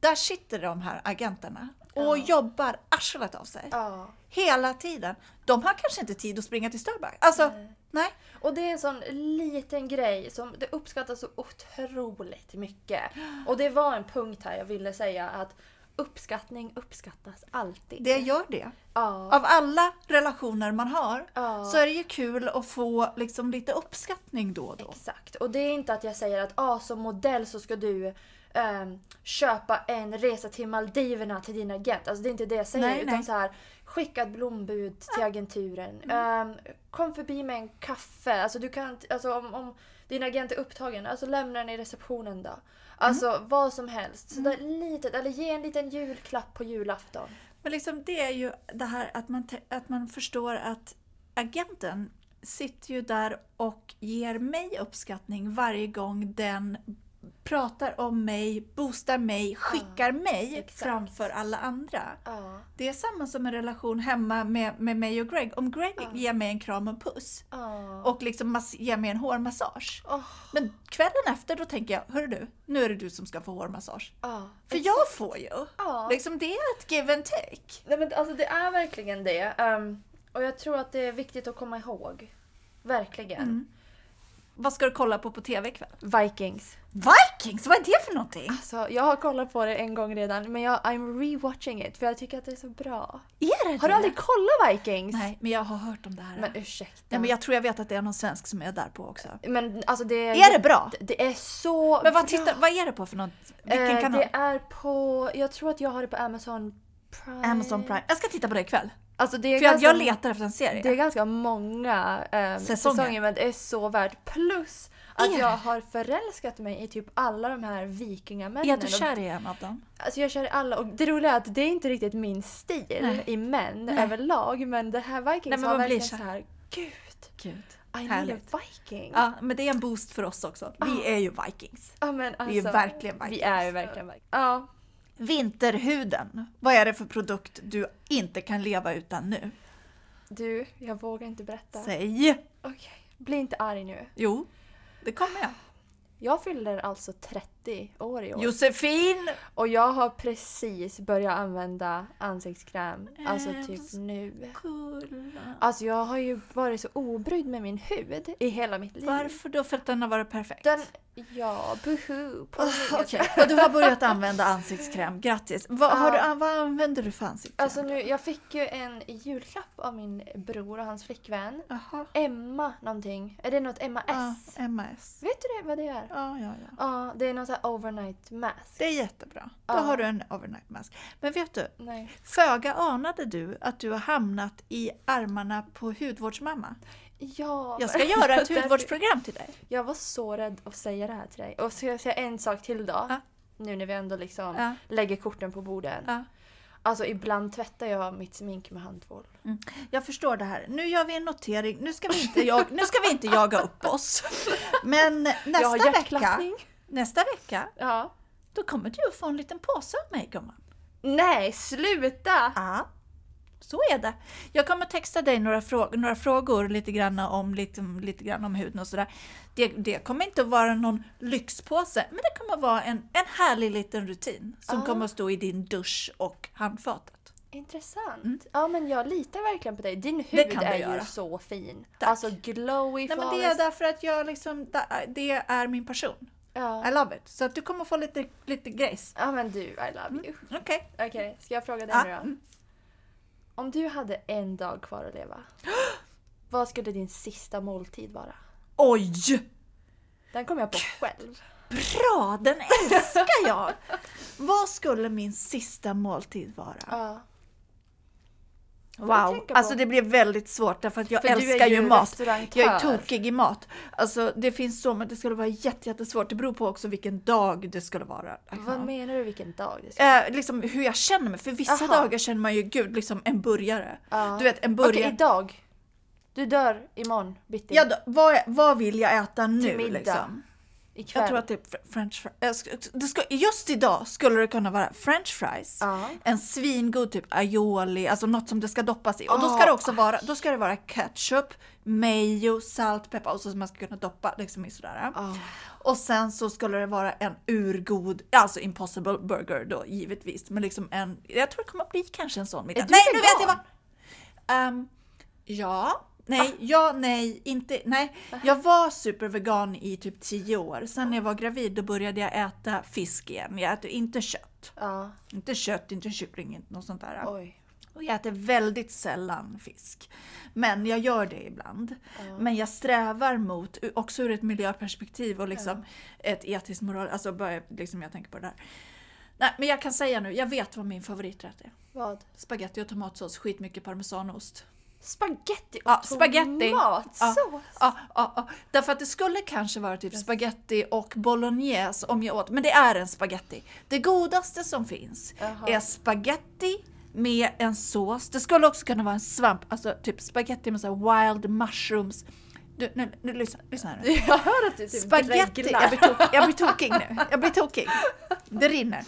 Speaker 2: där sitter de här agenterna och jobbar arslet av sig.
Speaker 1: Ja.
Speaker 2: Hela tiden. De har kanske inte tid att springa till Starbucks. Alltså, nej.
Speaker 1: Och det är en sån liten grej som det uppskattas så otroligt
Speaker 2: *gasps*
Speaker 1: mycket. Och det var en punkt här jag ville säga att uppskattning uppskattas alltid.
Speaker 2: Det gör det.
Speaker 1: Ja.
Speaker 2: Av alla relationer man har
Speaker 1: Ja.
Speaker 2: så är det ju kul att få liksom lite uppskattning då och då.
Speaker 1: Exakt. Och det är inte att jag säger att ah, som modell så ska du ehm, köpa en resa till Maldiverna till din agent. Alltså det är inte det jag säger.
Speaker 2: Nej,
Speaker 1: utan
Speaker 2: nej. Mm.
Speaker 1: så här, skicka ett blombud till agenturen. Ehm, kom förbi med en kaffe. Alltså, du kan, inte- alltså om, om din agent är upptagen, alltså lämna den i receptionen då. Alltså
Speaker 2: Mm.
Speaker 1: vad som helst. Så där litet, eller ge en liten julklapp på julafton.
Speaker 2: Men liksom det är ju det här att man, te- att man förstår att agenten sitter ju där och ger mig uppskattning varje gång den pratar om mig, boostar mig, skickar mig
Speaker 1: exakt.
Speaker 2: framför alla andra.
Speaker 1: Ja.
Speaker 2: Det är samma som en relation hemma med, med mig och Greg. Om Greg ger mig en kram och puss
Speaker 1: Ja.
Speaker 2: och liksom mass- ger mig en hårmassage.
Speaker 1: Åh.
Speaker 2: Men kvällen efter då tänker jag, hörru du, nu är det du som ska få hårmassage.
Speaker 1: Ja.
Speaker 2: För jag får ju.
Speaker 1: Ja.
Speaker 2: Liksom det är ett give and take.
Speaker 1: Nej men alltså det är verkligen det. Ehm, och jag tror att det är viktigt att komma ihåg. Verkligen.
Speaker 2: Vad ska du kolla på på tv ikväll?
Speaker 1: Vikings.
Speaker 2: Vikings, vad är det för någonting?
Speaker 1: Alltså jag har kollat på det en gång redan men jag, I'm rewatching it för jag tycker att det är så bra.
Speaker 2: Är det
Speaker 1: Har du aldrig kollat Vikings?
Speaker 2: Nej, men jag har hört om det här.
Speaker 1: Men ursäkta.
Speaker 2: Nej, men jag tror jag vet att det är någon svensk som är där på också.
Speaker 1: Men, alltså det är...
Speaker 2: Är det bra?
Speaker 1: Det är så
Speaker 2: Men
Speaker 1: bra.
Speaker 2: vad, tittar, vad är det på för något? Vilken
Speaker 1: Eh,
Speaker 2: kanal?
Speaker 1: Det är på... Jag tror att jag har det på Amazon Prime.
Speaker 2: Amazon Prime. Jag ska titta på det ikväll.
Speaker 1: Alltså det är
Speaker 2: För jag,
Speaker 1: ganska-
Speaker 2: jag letar efter en serie.
Speaker 1: Det är ganska många ehm,
Speaker 2: Säsonger.
Speaker 1: säsonger. men det är så värt. Plus att
Speaker 2: Är det?
Speaker 1: jag har förälskat mig i typ alla de här vikingamännen.
Speaker 2: är du
Speaker 1: och-
Speaker 2: kär i en av dem?
Speaker 1: Alltså jag kör i alla och det roliga är att det är inte riktigt min stil
Speaker 2: Nej.
Speaker 1: i män överlag men det här Vikings
Speaker 2: Nej, men
Speaker 1: var
Speaker 2: man blir
Speaker 1: verkligen
Speaker 2: kär.
Speaker 1: så här gud,
Speaker 2: Gud,
Speaker 1: I
Speaker 2: härligt.
Speaker 1: need a viking.
Speaker 2: Ja, men det är en boost för oss också. Vi är ju Vikings.
Speaker 1: Ja, men alltså,
Speaker 2: Vi är ju verkligen Vikings.
Speaker 1: Vi är ju verkligen vikings. Ja.
Speaker 2: Vinterhuden. Vad är det för produkt du inte kan leva utan nu?
Speaker 1: Du, jag vågar inte berätta.
Speaker 2: Säg!
Speaker 1: Okej, bli inte arg nu.
Speaker 2: Jo, det kommer jag.
Speaker 1: Jag fyller alltså 30 år i år.
Speaker 2: Josefin!
Speaker 1: Och jag har precis börjat använda ansiktskräm. Alltså
Speaker 2: Eh,
Speaker 1: typ nu. Alltså jag har ju varit så obrydd med min hud i hela mitt liv.
Speaker 2: Varför då? För att den har varit perfekt?
Speaker 1: Den, ja, buhu. påminn.
Speaker 2: Ah, Okej, och du har börjat använda ansiktskräm. Grattis! Vad, har
Speaker 1: Ja.
Speaker 2: du, vad använder du för ansiktskräm?
Speaker 1: Alltså nu, jag fick ju en julklapp av min bror och hans flickvän.
Speaker 2: Jaha.
Speaker 1: Emma någonting. Är det något Emma
Speaker 2: Ja,
Speaker 1: S?
Speaker 2: MAS.
Speaker 1: Vet du det, vad det är? Ja,
Speaker 2: Ah. Ja, ja, ja.
Speaker 1: det är någon sån här overnight mask.
Speaker 2: Det är jättebra. Då
Speaker 1: Ja.
Speaker 2: har du en overnight mask. Men vet du?
Speaker 1: Nej.
Speaker 2: Föga anade du att du har hamnat i armarna på hudvårdsmamma.
Speaker 1: Ja.
Speaker 2: Jag ska
Speaker 1: *laughs*
Speaker 2: göra ett
Speaker 1: Därför-
Speaker 2: hudvårdsprogram till dig.
Speaker 1: Jag var så rädd att säga det här till dig. Och ska jag säga en sak till då?
Speaker 2: Ja.
Speaker 1: Nu när vi ändå liksom
Speaker 2: Ja.
Speaker 1: lägger korten på borden.
Speaker 2: Ja.
Speaker 1: Alltså ibland tvättar jag mitt smink med handtvål.
Speaker 2: Jag förstår det här. Nu gör vi en notering. Nu ska vi inte, jag, nu ska vi inte jaga upp oss. Men
Speaker 1: jag har
Speaker 2: nästa vecka,
Speaker 1: hjärtklappning.
Speaker 2: nästa vecka
Speaker 1: Ja.
Speaker 2: då kommer du att få en liten påse av mig gumman.
Speaker 1: Nej, sluta!
Speaker 2: Ja. Så är det. Jag kommer texta dig några, frå- några frågor lite grann, om, lite, lite grann om huden och sådär. Det, det kommer inte att vara någon lyxpåse, men det kommer att vara en, en härlig liten rutin som
Speaker 1: Ah.
Speaker 2: kommer att stå i din dusch och handfatet.
Speaker 1: Intressant. Ja men jag litar verkligen på dig. Din
Speaker 2: Mm. Det
Speaker 1: hud
Speaker 2: kan du
Speaker 1: är ju
Speaker 2: göra.
Speaker 1: så fin.
Speaker 2: Tack.
Speaker 1: Alltså glowy,
Speaker 2: Nej, men det är därför att jag liksom, det är min person. I
Speaker 1: ja.
Speaker 2: love it. Så att du kommer få lite, lite grejs.
Speaker 1: ja men du, I love you.
Speaker 2: Okej.
Speaker 1: Okej, ska jag fråga dig
Speaker 2: Mm. Ja. Mm.
Speaker 1: nu då? Om du hade en dag kvar att
Speaker 2: *gasps*
Speaker 1: leva, vad skulle din sista måltid vara?
Speaker 2: Oj!
Speaker 1: Den kom jag på själv.
Speaker 2: Bra! Den
Speaker 1: *laughs*
Speaker 2: älskar jag! Vad skulle min sista måltid vara?
Speaker 1: Ja.
Speaker 2: Wow,
Speaker 1: tänka på.
Speaker 2: alltså det blev väldigt svårt därför att jag
Speaker 1: För du är
Speaker 2: älskar
Speaker 1: ju
Speaker 2: ju, mat.
Speaker 1: restaurangkör.
Speaker 2: Jag är tokig i mat. Alltså det finns så men det skulle vara jätte- jättesvårt. Det beror på också vilken dag det skulle vara.
Speaker 1: Vad menar du vilken dag det ska
Speaker 2: Eh, liksom hur jag känner mig. För vissa
Speaker 1: Aha.
Speaker 2: dagar känner man ju gud, liksom en burgare.
Speaker 1: Ja.
Speaker 2: Du vet en
Speaker 1: Okej,
Speaker 2: burgare.
Speaker 1: idag. Du dör imorgon bitti.
Speaker 2: ja, då, vad, är- vad vill jag äta nu
Speaker 1: Till middag.
Speaker 2: liksom?
Speaker 1: Ikväll.
Speaker 2: Jag tror att det är fr- french fries. Eh, sk- Det ska, just idag skulle det kunna vara french fries.
Speaker 1: Ja.
Speaker 2: En svingod typ aioli, alltså något som det ska doppas i. Och då ska det också vara, då ska det vara ketchup, mayo, salt, peppar och så som man ska kunna doppa liksom i sådär.
Speaker 1: Ja.
Speaker 2: Och sen så skulle det vara en urgod, alltså impossible burger då givetvis. Men liksom en, jag tror det kommer att bli kanske en sån middag.
Speaker 1: Är du
Speaker 2: nej, nu vet jag
Speaker 1: vegan?
Speaker 2: vad! Ehm, ja, nej, ja, nej, inte, nej. Jag var supervegan i typ 10 år. Sen när jag var gravid då började jag äta fisk igen. Jag äter inte kött.
Speaker 1: Ja,
Speaker 2: Inte kött, inte kyckling, inte något sånt där.
Speaker 1: oj.
Speaker 2: Och jag äter väldigt sällan fisk. Men jag gör det ibland. Men jag strävar mot, också ur ett miljöperspektiv och liksom ett etiskt moral, alltså bara, liksom jag tänker på det där. Nej, men jag kan säga nu, jag vet vad min favoriträtt är.
Speaker 1: Vad?
Speaker 2: Spaghetti och tomatsås, skitmycket parmesanost.
Speaker 1: Spaghetti och
Speaker 2: Ja, spaghetti.
Speaker 1: tomatsås.
Speaker 2: Ja, ja, ja. Därför att det skulle kanske vara typ spaghetti och bolognese om jag åt, men det är en spaghetti. Det godaste som finns
Speaker 1: Jaha.
Speaker 2: är spaghetti med en sås. Det skulle också kunna vara en svamp, alltså typ spaghetti med så här wild mushrooms. Du, nu, nu lyssna, lyssna här nu.
Speaker 1: Jag hör att du typ
Speaker 2: Spaghetti,
Speaker 1: dreglar.
Speaker 2: jag blir, tok, jag blir tokig nu. Jag blir tokig. Det rinner.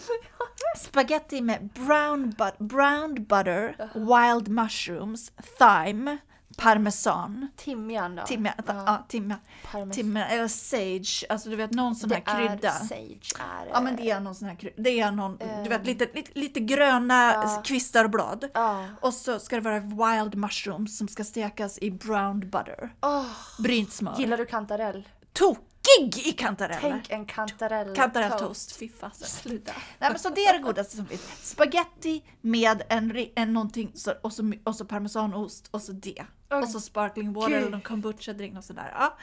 Speaker 2: Spaghetti med brown, but, brown butter, wild mushrooms, thyme, parmesan.
Speaker 1: Timjan då?
Speaker 2: Timja, ja. Ja, timja,
Speaker 1: Parmesan.
Speaker 2: timja, eller sage, alltså du vet någon sån
Speaker 1: det
Speaker 2: här krydda.
Speaker 1: är sage. Är,
Speaker 2: Ja men det är någon sån här krydda, det är någon, du vet lite, lite, lite gröna kvistar och blad.
Speaker 1: Ja.
Speaker 2: Och så ska det vara wild mushrooms som ska stekas i brown butter.
Speaker 1: Åh,
Speaker 2: Brynt smör.
Speaker 1: gillar du kantarell?
Speaker 2: Tokig i kantareller!
Speaker 1: Tänk en kantarell
Speaker 2: Kantarelltoast, fy fasen. Sluta. Nej men så det är det godaste som finns. Spaghetti med en, ri- en någonting så, och, så, my- och så parmesanost och så det.
Speaker 1: Åh,
Speaker 2: och så sparkling water
Speaker 1: gud.
Speaker 2: eller någon kombucha drink och sådär. Ja.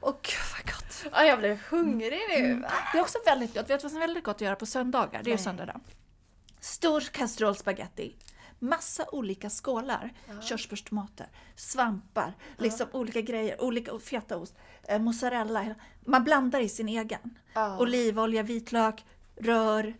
Speaker 2: Och gud vad gott.
Speaker 1: Ja, jag blev hungrig nu. Alltså,
Speaker 2: Det är också väldigt gott. Vet du vad som är väldigt gott att göra på söndagar? Det är ju söndagar. Stor kastrull spaghetti. Massa olika skålar. Körsbärstomater, svampar, liksom olika grejer. Olika fetaost, eh, mozzarella. Man blandar i sin egen.
Speaker 1: Ja.
Speaker 2: Olivolja, vitlök, rör.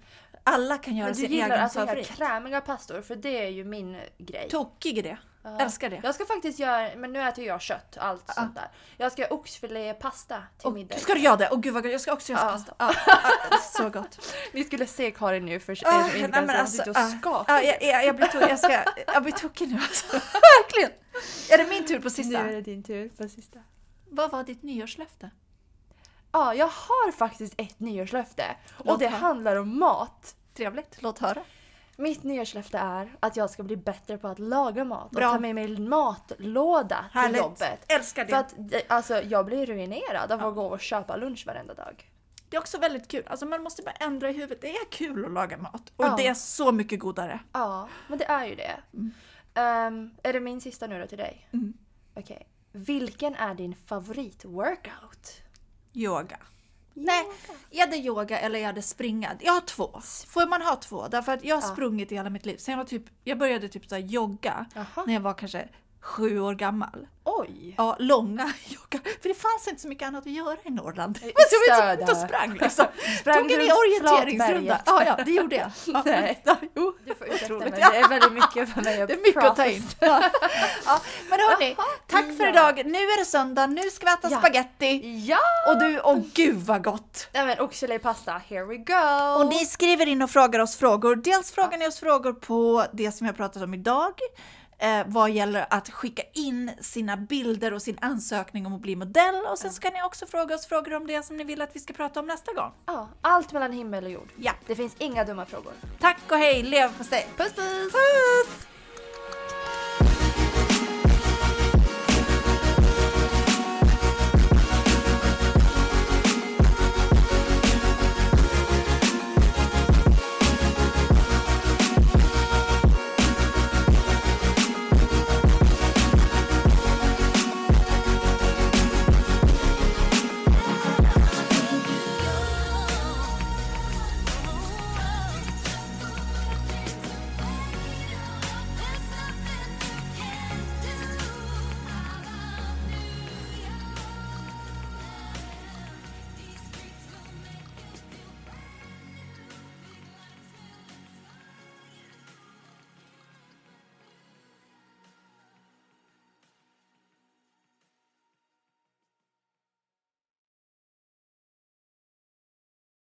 Speaker 2: Alla kan göra
Speaker 1: Men du
Speaker 2: sin
Speaker 1: gillar
Speaker 2: egen
Speaker 1: alltså att göra
Speaker 2: favorit.
Speaker 1: krämiga pastor för det är ju min grej.
Speaker 2: Tokig i det.
Speaker 1: Ja.
Speaker 2: Älskar det.
Speaker 1: Jag ska faktiskt göra, men nu äter jag kött och allt sånt där. Jag ska göra oxfilépasta till
Speaker 2: Och,
Speaker 1: middag.
Speaker 2: ska du göra det? Och gud vad gott. Jag ska också göra
Speaker 1: Ja.
Speaker 2: pasta. Ja, ja, så gott.
Speaker 1: *laughs* Ni skulle se Karin nu för
Speaker 2: Ah,
Speaker 1: er som inte kan
Speaker 2: nej, men
Speaker 1: se, hon
Speaker 2: alltså,
Speaker 1: sitter och
Speaker 2: ah,
Speaker 1: skakar.
Speaker 2: ah, jag, jag, jag, blir tokig, jag, ska, jag blir tokig nu *laughs* alltså. Verkligen! Är det min tur på
Speaker 1: Nu
Speaker 2: sista?
Speaker 1: är det din tur på sista.
Speaker 2: Vad var ditt nyårslöfte?
Speaker 1: Ja, jag har faktiskt ett nyårslöfte och
Speaker 2: Låt
Speaker 1: det
Speaker 2: höra.
Speaker 1: handlar om mat.
Speaker 2: Trevligt, låt höra.
Speaker 1: Mitt nyårslöfte är att jag ska bli bättre på att laga mat
Speaker 2: Bra.
Speaker 1: och ta med mig en matlåda till
Speaker 2: Härligt.
Speaker 1: jobbet.
Speaker 2: Älskar det.
Speaker 1: För att det- alltså, jag blir ruinerad av att gå och köpa lunch varenda dag.
Speaker 2: Det är också väldigt kul. Alltså man måste bara ändra i huvudet. Det är kul att laga mat. Och
Speaker 1: Ja.
Speaker 2: det är så mycket godare.
Speaker 1: Ja, men det är ju det. Ehm, är det min sista nu då till dig?
Speaker 2: Mm.
Speaker 1: Okej. Vilken är din favoritworkout?
Speaker 2: Yoga. Nej, är det yoga eller är det springa? Jag har två. Får man ha två? Därför att jag har sprungit i hela mitt liv. Sen jag var typ, jag började typ så här jogga
Speaker 1: Jaha.
Speaker 2: när jag var kanske sju år gammal.
Speaker 1: Oj!
Speaker 2: Ja, långa *laughs* joggar. För det fanns inte så mycket annat att göra i Norrland. Men jag var
Speaker 1: Eh, Stöda.
Speaker 2: ute och sprang liksom.
Speaker 1: *laughs* Sprang
Speaker 2: Tog en
Speaker 1: runt
Speaker 2: orienteringsrunda.
Speaker 1: Flatberget.
Speaker 2: Ja, ja, det
Speaker 1: *laughs*
Speaker 2: gjorde jag. Ja,
Speaker 1: Nej.
Speaker 2: ja, jo.
Speaker 1: Du får ursäkta
Speaker 2: Otroligt.
Speaker 1: men det är väldigt mycket för mig att
Speaker 2: Det är mycket att ta in. *laughs* Ja. Ja, men hörni, tack för
Speaker 1: ja.
Speaker 2: idag. Nu är det söndag, nu ska vi äta
Speaker 1: Ja.
Speaker 2: spaghetti.
Speaker 1: Ja!
Speaker 2: Och du, åh gud vad gott!
Speaker 1: Nej men oxfilépasta, here we go!
Speaker 2: Och ni skriver in och frågar oss frågor. Dels frågar ni oss frågor på det som jag pratat om idag, eh, vad gäller att skicka in sina bilder och sin ansökning om att bli modell. Och sen ska ni också fråga oss frågor om det som ni vill att vi ska prata om nästa gång.
Speaker 1: Ja, allt mellan himmel och jord.
Speaker 2: Ja.
Speaker 1: Det finns inga dumma frågor.
Speaker 2: Tack och hej, leverpastej!
Speaker 1: Puss puss!
Speaker 2: Puss!